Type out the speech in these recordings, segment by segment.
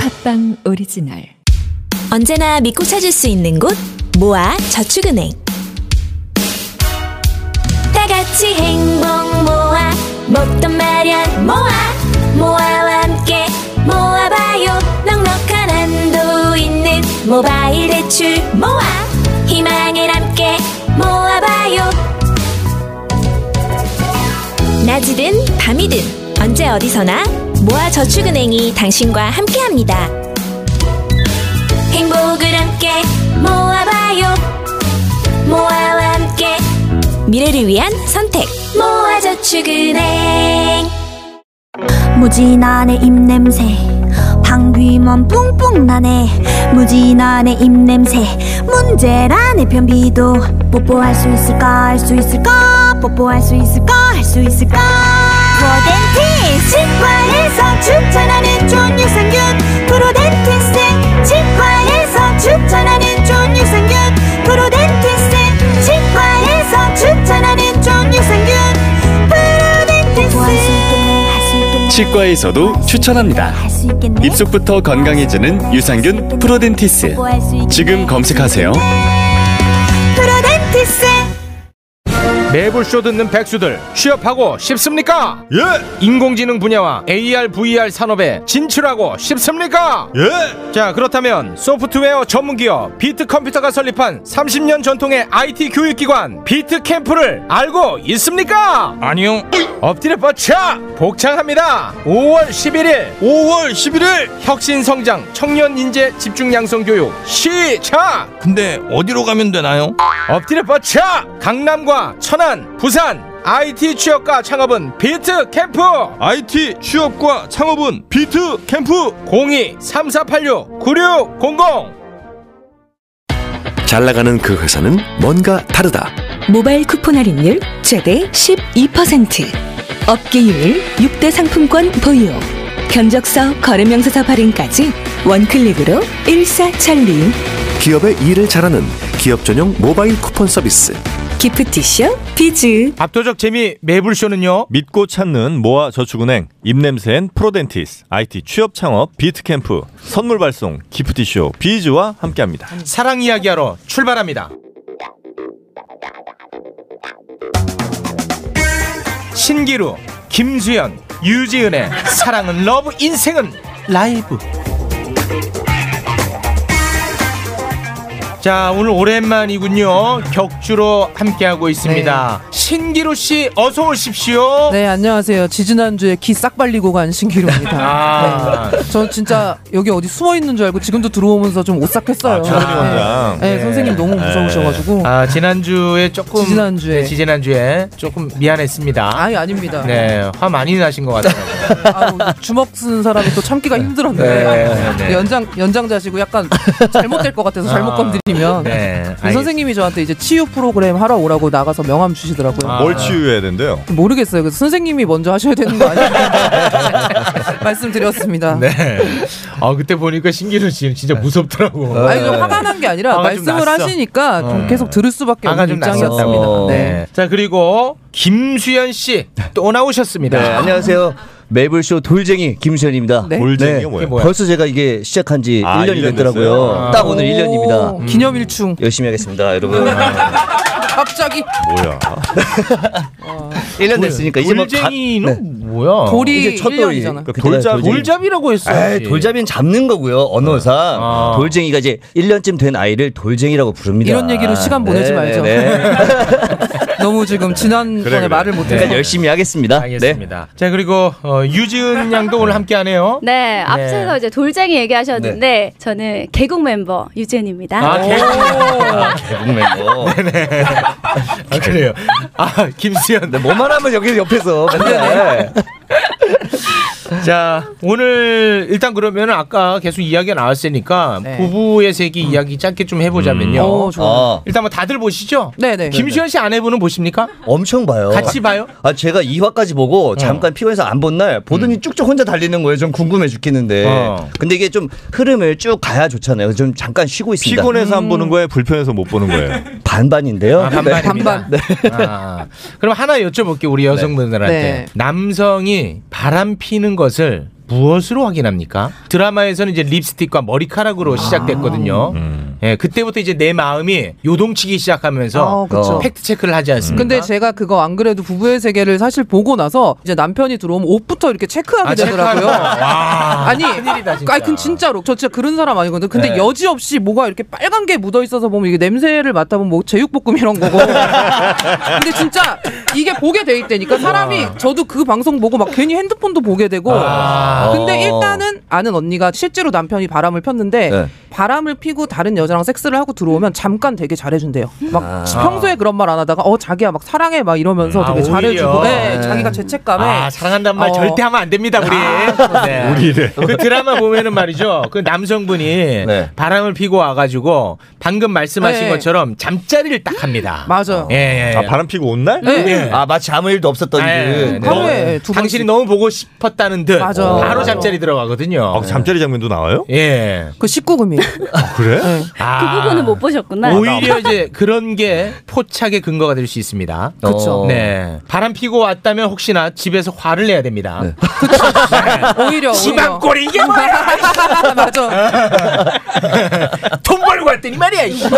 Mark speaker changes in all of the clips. Speaker 1: 팟빵 오리지널
Speaker 2: 언제나 믿고 찾을 수 있는 곳 모아 저축은행 다 같이 행복 모아 먹던 마련 모아 모아와 함께 모아봐요 넉넉한 한도 있는 모바일 대출 모아 희망을 함께 모아봐요 낮이든 밤이든 언제 어디서나 모아 저축은행이 당신과 함께합니다. 행복을 함께 모아봐요 모아와 함께 미래를 위한 선택 모아저축은행
Speaker 3: 무진한의 입냄새 방귀만 뿡뿡 나네 무진한의 입냄새 문제란의 변비도 뽀뽀할 수 있을까 할 수 있을까 뽀뽀할 수 있을까 할 수 있을까 뭐 프로덴틴 치과에서 어, 추천하는 좋은 유산균 프로덴틴스 치과에서 추천하는 좋은 유산균 프로덴틴스 치과에서 추천하는 좋은 유산균 프로덴틴스
Speaker 4: 치과에서도 추천합니다. 입속부터 건강해지는 유산균 프로덴티스. 지금 검색하세요.
Speaker 3: 프로덴티스
Speaker 5: 매불쇼 듣는 백수들 취업하고 싶습니까?
Speaker 6: 예!
Speaker 5: 인공지능 분야와 AR, VR 산업에 진출하고 싶습니까?
Speaker 6: 예!
Speaker 5: 자 그렇다면 소프트웨어 전문기업 비트컴퓨터가 설립한 30년 전통의 IT 교육기관 비트캠프를 알고 있습니까? 아니요 엎드려 뻗쳐 복창합니다 5월 11일
Speaker 6: 5월 11일!
Speaker 5: 혁신성장 청년인재 집중양성교육 시작
Speaker 6: 근데 어디로 가면 되나요?
Speaker 5: 엎드려 뻗쳐 강남과 천안 부산 IT 취업과 창업은 비트캠프
Speaker 6: IT 취업과 창업은 비트 캠프!
Speaker 5: 02-3486-9600
Speaker 7: 잘 나가는 그 회사는 뭔가 다르다.
Speaker 1: 모바일 쿠폰 할인율 최대 12% 업계율 6대 상품권 보유 견적서 거래명세서 발행까지 원클릭으로 일사천리
Speaker 7: 기업의 일을 잘하는 기업 전용 모바일 쿠폰 서비스.
Speaker 1: 기프티쇼 비즈
Speaker 5: 압도적 재미 매불쇼는요
Speaker 6: 믿고 찾는 모아 저축은행, 입냄새엔 프로덴티스, IT 취업 창업 비트캠프, 선물 발송, 기프티쇼, 비즈와 함께합니다.
Speaker 5: 사랑 이야기하러 출발합니다. 신기루, 김수현, 유지은의 사랑은 러브, 인생은 라이브. 자, 오늘 오랜만이군요. 격주로 함께하고 있습니다. 신기루 씨, 어서 오십시오.
Speaker 8: 네, 안녕하세요. 지지난주에 키 싹 발리고 간 신기루입니다.
Speaker 5: 아.
Speaker 8: 네. 저 진짜 여기 어디 숨어 있는 줄 알고 지금도 들어오면서 좀 오싹했어요.
Speaker 6: 아,
Speaker 8: 네. 네,
Speaker 5: 네.
Speaker 8: 선생님 너무 무서우셔가지고.
Speaker 5: 아, 지난주에 조금.
Speaker 8: 지지난주에.
Speaker 5: 네, 지지난주에 조금 미안했습니다.
Speaker 8: 아예 아닙니다.
Speaker 5: 네, 화 많이 나신 것 같아요.
Speaker 8: 아우, 주먹 쓰는 사람이 또 참기가 힘들었네.
Speaker 5: 네, 네.
Speaker 8: 연장 연장자시고 약간 잘못될 것 같아서 잘못
Speaker 5: 아,
Speaker 8: 건드리면.
Speaker 5: 네, 알겠습니다.
Speaker 8: 선생님이 저한테 이제 치유 프로그램 하러 오라고 나가서 명함 주시더라고요.
Speaker 5: 아.
Speaker 6: 뭘 치유해야 된대요?
Speaker 8: 모르겠어요. 그래서 선생님이 먼저 하셔야 되는 거 아니에요? 말씀드렸습니다.
Speaker 5: 네. 아 그때 보니까 신기루 씨 진짜 무섭더라고.
Speaker 8: 아니 좀 화가 난 게 아니라
Speaker 5: 화가 좀
Speaker 8: 말씀을
Speaker 5: 어. 났어.
Speaker 8: 하시니까 좀 계속 들을 수밖에
Speaker 5: 화가
Speaker 8: 없는
Speaker 5: 좀 났었다.
Speaker 8: 입장이었습니다.
Speaker 5: 어.
Speaker 8: 네.
Speaker 5: 네. 자 그리고 김수현 씨 또
Speaker 9: 네,
Speaker 5: 나오셨습니다.
Speaker 9: 안녕하세요. 매블쇼 돌쟁이 김수현입니다.
Speaker 8: 네.
Speaker 6: 돌쟁이요
Speaker 9: 네.
Speaker 6: 뭐예요?
Speaker 5: 뭐야?
Speaker 9: 벌써 제가 이게 시작한 지
Speaker 6: 아,
Speaker 9: 1년이
Speaker 6: 1년
Speaker 9: 됐더라고요.
Speaker 6: 됐어요?
Speaker 9: 딱 오늘 1년입니다. 음.
Speaker 8: 오, 기념일충 음.
Speaker 9: 열심히 하겠습니다, 여러분. 아,
Speaker 8: 갑자기
Speaker 6: 뭐야?
Speaker 9: 아. 1년 됐으니까 이제 막 가-
Speaker 5: 돌쟁이는 뭐야?
Speaker 8: 돌이 그러니까
Speaker 9: 이제 첫 돌이.
Speaker 8: 1년이잖아.
Speaker 9: 그렇게
Speaker 6: 돌잡이.
Speaker 9: 돌쟁이.
Speaker 5: 돌잡이라고 했어요.
Speaker 9: 에이, 돌잡이는 잡는 거고요, 언어상.
Speaker 5: 아.
Speaker 9: 돌쟁이가 이제 1년쯤 된 아이를 돌쟁이라고 부릅니다. 네,
Speaker 8: 이런 얘기로 시간 보내지 말죠. 너무 지금 지난번에
Speaker 6: 그래, 그래.
Speaker 8: 말을 못해서
Speaker 9: 그러니까 열심히 하겠습니다.
Speaker 5: 알겠습니다. 자 그리고 어, 유지은 양도 오늘 함께하네요.
Speaker 10: 네, 앞서서 이제 돌쟁이 얘기하셨는데 저는 개국 멤버 유진입니다.
Speaker 5: 아, 개... 네,
Speaker 9: 네. 개봉 멤버.
Speaker 5: 아 그래요. 아 김수현. 네.
Speaker 9: 네, 뭐만 하면 여기 옆에서 맨날.
Speaker 5: 자 오늘 일단 그러면 아까 계속 이야기가 나왔으니까
Speaker 8: 네.
Speaker 5: 부부의 세계 이야기 짧게 좀 해보자면요.
Speaker 8: 어, 좋아.
Speaker 9: 아,
Speaker 5: 일단 뭐 다들 보시죠.
Speaker 8: 네네.
Speaker 5: 김수현 씨 아내분은 보십니까?
Speaker 9: 엄청 봐요.
Speaker 5: 같이 봐요. 어.
Speaker 9: 아 제가 2화까지 보고 잠깐 피곤해서 안 본 날 보더니 쭉쭉 혼자 달리는 거예요. 좀 궁금해 죽겠는데.
Speaker 5: 음. 어.
Speaker 9: 근데 이게 좀 흐름을 쭉 가야 좋잖아요. 좀 잠깐 쉬고 있습니다.
Speaker 6: 피곤해서
Speaker 8: 음.
Speaker 6: 안 보는 거예요? 불편해서 못 보는 거예요?
Speaker 8: 어,
Speaker 9: 반반인데요.
Speaker 5: 아,
Speaker 8: 네.
Speaker 5: 반반입니다. 아, 그럼 하나 여쭤볼게요 우리 여성분들한테
Speaker 8: 네.
Speaker 5: 남성이 바람 피는 것을 무엇으로 확인합니까? 드라마에서는 이제 립스틱과
Speaker 8: 아.
Speaker 5: 머리카락으로 시작됐거든요.
Speaker 8: 음.
Speaker 5: 예, 그때부터 이제 내 마음이 요동치기 시작하면서
Speaker 8: 아, 그쵸.
Speaker 5: 팩트 체크를 하지 않습니까?
Speaker 8: 근데 제가 그거 안 그래도 부부의 세계를 사실 보고 나서 이제 남편이 들어오면 옷부터 이렇게 체크하게
Speaker 5: 아,
Speaker 8: 되더라고요.
Speaker 5: 체크하는 거. 와.
Speaker 8: 아니,
Speaker 5: 큰일이다, 진짜.
Speaker 8: 아니, 그 진짜로 저 진짜 그런 사람 아니거든. 근데
Speaker 5: 네.
Speaker 8: 여지없이 뭐가 이렇게 빨간 게 묻어 있어서 보면 이게 냄새를 맡다 보면 뭐 제육볶음 이런 거고. 근데 진짜 이게 보게 돼 있다니까 사람이 저도 그 방송 보고 막 괜히 핸드폰도 보게 되고.
Speaker 5: 아.
Speaker 8: 근데
Speaker 9: 어.
Speaker 8: 일단은 아는 언니가 실제로 남편이 바람을 폈는데
Speaker 9: 네.
Speaker 8: 바람을 피고 다른 여자랑 섹스를 하고 들어오면 잠깐 되게 잘해준대요. 막 평소에 그런 말 안 하다가 어 자기야 막 사랑해 막 이러면서
Speaker 5: 아,
Speaker 8: 되게
Speaker 5: 오히려.
Speaker 8: 잘해주고 네,
Speaker 9: 네.
Speaker 8: 자기가 죄책감에
Speaker 5: 아, 사랑한다는 말
Speaker 8: 어. 아,
Speaker 5: 절대 하면 안 됩니다, 우리. 네.
Speaker 6: 우리를.
Speaker 5: 그 드라마 보면은 말이죠. 그 남성분이
Speaker 9: 네.
Speaker 5: 바람을 피고 와가지고 방금 말씀하신
Speaker 8: 네.
Speaker 5: 것처럼 잠자리를 딱 합니다.
Speaker 8: 맞아요.
Speaker 5: 예, 예. 예.
Speaker 6: 아 바람 피고 온 날?
Speaker 8: 네.
Speaker 5: 예.
Speaker 9: 아 마치 아무 일도 없었던
Speaker 5: 예,
Speaker 9: 듯.
Speaker 6: 네.
Speaker 5: 너무-
Speaker 8: 하루에 두 번씩.
Speaker 5: 당신이 너무 보고 싶었다는 듯
Speaker 8: 맞아.
Speaker 5: 바로
Speaker 8: 맞아.
Speaker 5: 잠자리 들어가거든요.
Speaker 6: 아, 잠자리 장면도 나와요?
Speaker 5: 예.
Speaker 8: 그 19금이
Speaker 6: 아, 그래?
Speaker 8: 네.
Speaker 10: 그
Speaker 5: 아.
Speaker 10: 부분은 못 보셨구나.
Speaker 5: 오히려 이제 그런 게 포착의 근거가 될 수 있습니다.
Speaker 9: 그쵸.
Speaker 5: 네. 바람 피고 왔다면 혹시나 집에서 화를 내야 됩니다.
Speaker 6: 네.
Speaker 8: 네, 오히려 오히려
Speaker 5: 지방골이 이게 뭐야?
Speaker 8: 맞아
Speaker 5: 돈 벌고
Speaker 8: 네.
Speaker 5: 왔더니 말이야. 이렇게.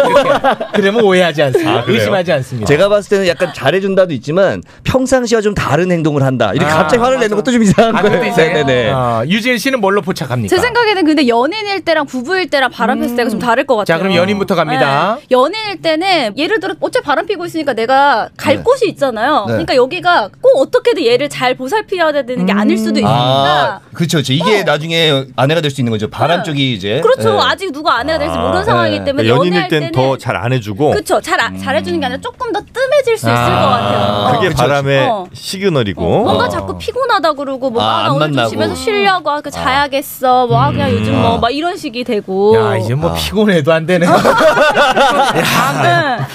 Speaker 5: 그러면 오해하지 않습니다.
Speaker 6: 아, 그래요?
Speaker 5: 의심하지 않습니다.
Speaker 9: 제가 봤을 때는 약간 잘해준다도 있지만 평상시와 좀 다른 행동을 한다. 이렇게
Speaker 5: 아,
Speaker 9: 갑자기 화를 내는 것도 좀 이상한
Speaker 5: 아,
Speaker 9: 거예요.
Speaker 5: 그것도 이상해요?
Speaker 9: 네네네.
Speaker 5: 어, 유진 씨는 뭘로 포착합니까?
Speaker 10: 제 생각에는 근데 연인일 때랑 부부일 때랑 바람 폈을 때가 좀 다를 것 같아요.
Speaker 5: 자, 그럼 연인부터 갑니다.
Speaker 10: 네. 연인일 때는 예를 들어 어차피 바람 피고 있으니까 내가 갈
Speaker 9: 네.
Speaker 10: 곳이 있잖아요.
Speaker 9: 네.
Speaker 10: 그러니까 여기가 꼭 어떻게든 얘를 잘 보살펴야 되는 게 아닐 수도 있으니까.
Speaker 9: 아, 그렇죠. 그렇죠. 이게 나중에 아내가 될 수 있는 거죠. 바람
Speaker 10: 네.
Speaker 9: 쪽이 이제.
Speaker 10: 그렇죠.
Speaker 9: 예.
Speaker 10: 아직 누가 안 해야 될지
Speaker 6: 아,
Speaker 10: 모르는 상황이기
Speaker 9: 네.
Speaker 10: 때문에
Speaker 6: 그러니까 연인일
Speaker 10: 연애할
Speaker 6: 땐
Speaker 10: 때는
Speaker 6: 더 잘 안
Speaker 5: 어.
Speaker 6: 해주고
Speaker 10: 그쵸. 잘 아- 잘해주는 게 아니라 조금 더 뜸해질 수 있을
Speaker 5: 아, 어.
Speaker 10: 것 같아요.
Speaker 6: 그게
Speaker 10: 어.
Speaker 6: 바람의
Speaker 10: 어.
Speaker 6: 시그널이고
Speaker 10: 뭔가 자꾸 피곤하다 그러고 뭐
Speaker 9: 아,
Speaker 10: 아, 나
Speaker 9: 안
Speaker 10: 오늘 좀
Speaker 9: 만나고.
Speaker 10: 집에서 쉬려고 아, 그 자야겠어 뭐 아, 그냥 요즘 뭐 막 이런 식이 되고
Speaker 5: 야, 이제 뭐
Speaker 9: 아.
Speaker 5: 피곤해도 안 되네.
Speaker 10: 네.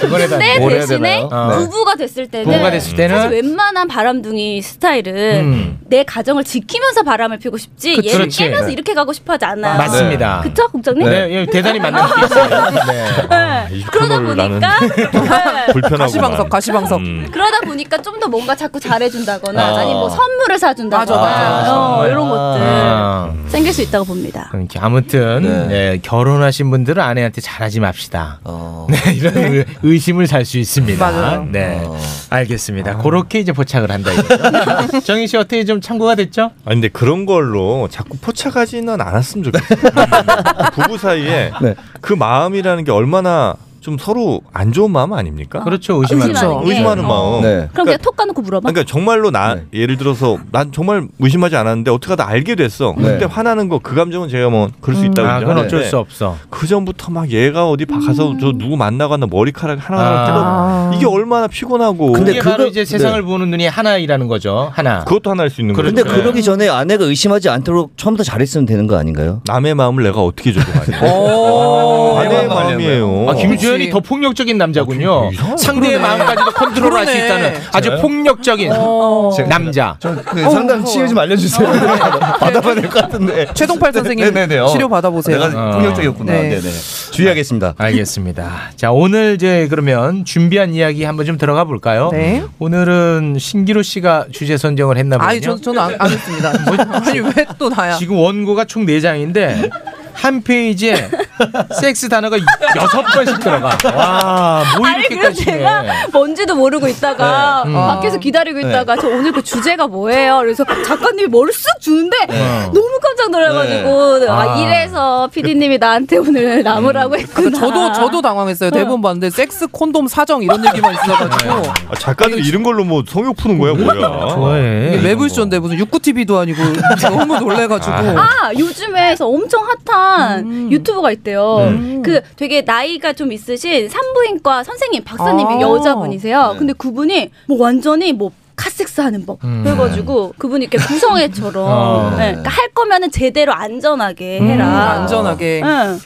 Speaker 5: 피곤해도 안
Speaker 10: 근데
Speaker 5: 되네.
Speaker 9: 뭘 해야
Speaker 10: 대신에
Speaker 5: 되나요? 네.
Speaker 10: 부부가 됐을 때는
Speaker 5: 부부가 됐을
Speaker 10: 사실
Speaker 5: 때는
Speaker 10: 웬만한 바람둥이 스타일은
Speaker 5: 음.
Speaker 10: 내 가정을 지키면서 바람을 피고 싶지
Speaker 5: 그치.
Speaker 10: 얘를
Speaker 5: 그렇지. 네.
Speaker 10: 깨면서 이렇게 가고 싶어 하지 않아요.
Speaker 5: 맞습니다.
Speaker 10: 네. 그쵸 국장님?
Speaker 5: 네, 예, 대단히 맞는 게 있어요. 네.
Speaker 10: 네.
Speaker 6: 아, 이
Speaker 10: 그러다
Speaker 6: 코너를 나는
Speaker 10: 보니까 네.
Speaker 6: 불편하고
Speaker 8: 가시방석
Speaker 5: 음,
Speaker 8: 가시방석
Speaker 10: 그러다 보니까 좀 더 뭔가 자꾸 잘해준다거나
Speaker 9: 아.
Speaker 10: 아. 니뭐 선물을 사준다거나
Speaker 8: 맞아, 맞아.
Speaker 10: 어,
Speaker 5: 선물.
Speaker 10: 이런 것들
Speaker 5: 아.
Speaker 10: 생길 수 있다고 봅니다.
Speaker 5: 그럼 이렇게 그러니까 아무튼
Speaker 6: 네.
Speaker 5: 예, 결혼하신 분들은 아내한테 잘하지 맙시다.
Speaker 9: 어.
Speaker 5: 네, 이런 의- 의심을 살 수 있습니다.
Speaker 8: 맞아요. 아.
Speaker 5: 네,
Speaker 6: 어.
Speaker 5: 알겠습니다. 그렇게 이제 포착을 한다. 이거죠. 정희 씨 어떻게 좀 참고가 됐죠?
Speaker 6: 아니 근데 그런 걸로 자꾸 포착하지는 않았으면 좋겠어요. 부부 사이에
Speaker 9: 네.
Speaker 6: 그 마음이라는 게 얼마나 좀 서로 안 좋은 마음 아닙니까?
Speaker 5: 그렇죠. 의심하는.
Speaker 10: 의심하는
Speaker 5: 거.
Speaker 10: 게.
Speaker 6: 의심하는 마음.
Speaker 9: 네.
Speaker 10: 그럼 그냥 톡 까놓고 물어봐.
Speaker 6: 그러니까 정말로 나 예를 들어서 난 정말 의심하지 않았는데 어떻게 하다 알게 됐어. 그때
Speaker 9: 네.
Speaker 6: 화나는 거 그 감정은 제가 뭐 그럴 수 있다고
Speaker 5: 아, 그건
Speaker 9: 네.
Speaker 5: 어쩔 수 없어. 음.
Speaker 6: 그 전부터 막 얘가 어디 가서 저 누구 만나거나 머리카락 하나하나
Speaker 5: 아.
Speaker 6: 뜯어 이게 얼마나 피곤하고 네.
Speaker 9: 근데
Speaker 5: 이게
Speaker 9: 그거-
Speaker 5: 바로 이제 세상을 보는 눈이 하나이라는 거죠. 하나.
Speaker 6: 그것도 하나일 수 있는 거죠.
Speaker 9: 근데
Speaker 5: 그렇죠.
Speaker 10: 네.
Speaker 9: 그러기 전에 아내가 의심하지 않도록 처음부터 잘했으면 되는 거 아닌가요?
Speaker 6: 남의 마음을 내가 어떻게 조종하냐.
Speaker 8: 오
Speaker 6: 어, 아내의 마음이에요.
Speaker 5: 어, 아, 김주현이
Speaker 8: 그렇지.
Speaker 5: 더 폭력적인 남자군요.
Speaker 6: 아, 좀 이상하다.
Speaker 5: 상대의 마음까지도 컨트롤할 수
Speaker 8: 그러네. 어.
Speaker 5: 있다는 아주 폭력적인 남자.
Speaker 9: 그 상담 치료 좀
Speaker 10: 어,
Speaker 9: 알려주세요.
Speaker 10: 네.
Speaker 9: 받아봐야 될 것 같은데.
Speaker 8: 최동팔 선생님
Speaker 9: 네네네, 어.
Speaker 8: 치료 받아보세요.
Speaker 9: 내가 폭력적이었구나.
Speaker 8: 네.
Speaker 9: 네네. 주의하겠습니다.
Speaker 5: 아, 알겠습니다. 자, 오늘 이제 그러면 준비한 이야기 한번 좀 들어가 볼까요?
Speaker 8: 네.
Speaker 5: 오늘은 신기루 씨가 주제 선정을 했나 보군요. 뭐,
Speaker 8: 아니 저, 저는 안, 안 했습니다. 아니 왜 또 나야?
Speaker 5: 지금 원고가 총 4장인데 한 페이지에 섹스 단어가 여섯 번씩 들어가. 와, 뭐
Speaker 10: 아니 그럼
Speaker 5: 이렇게까지 해.
Speaker 10: 제가 뭔지도 모르고 있다가 아. 밖에서 기다리고 있다가 저 오늘 그 주제가 뭐예요? 그래서 작가님이 머리를 쓱 주는데 너무 깜짝 놀라가지고 아,
Speaker 5: 아.
Speaker 10: 이래서 피디님이 나한테 오늘 남으라고 했구나.
Speaker 8: 저도 저도 당황했어요. 대본 봤는데 섹스 콘돔 사정 이런 얘기만 있어가지고
Speaker 6: 아, 작가들 이런 걸로 뭐 성욕 푸는 거야 뭐야?
Speaker 5: 음. 좋아해.
Speaker 8: 이게 매불쇼인데 무슨 육구 TV도 아니고 너무 놀래가지고
Speaker 10: 아 요즘에 그래서 엄청 핫한
Speaker 8: 음.
Speaker 10: 유튜브가 있대요. 그 되게 나이가 좀 있으신 산부인과 선생님 박사님이
Speaker 8: 아.
Speaker 10: 여자분이세요. 근데 그분이 뭐 완전히 뭐 카섹스하는 법 그래가지고 그분이 이렇게 구성애처럼
Speaker 5: 어.
Speaker 10: 네, 그러니까 할 거면은 제대로 안전하게 해라. 네.
Speaker 8: 안전하게
Speaker 10: 응.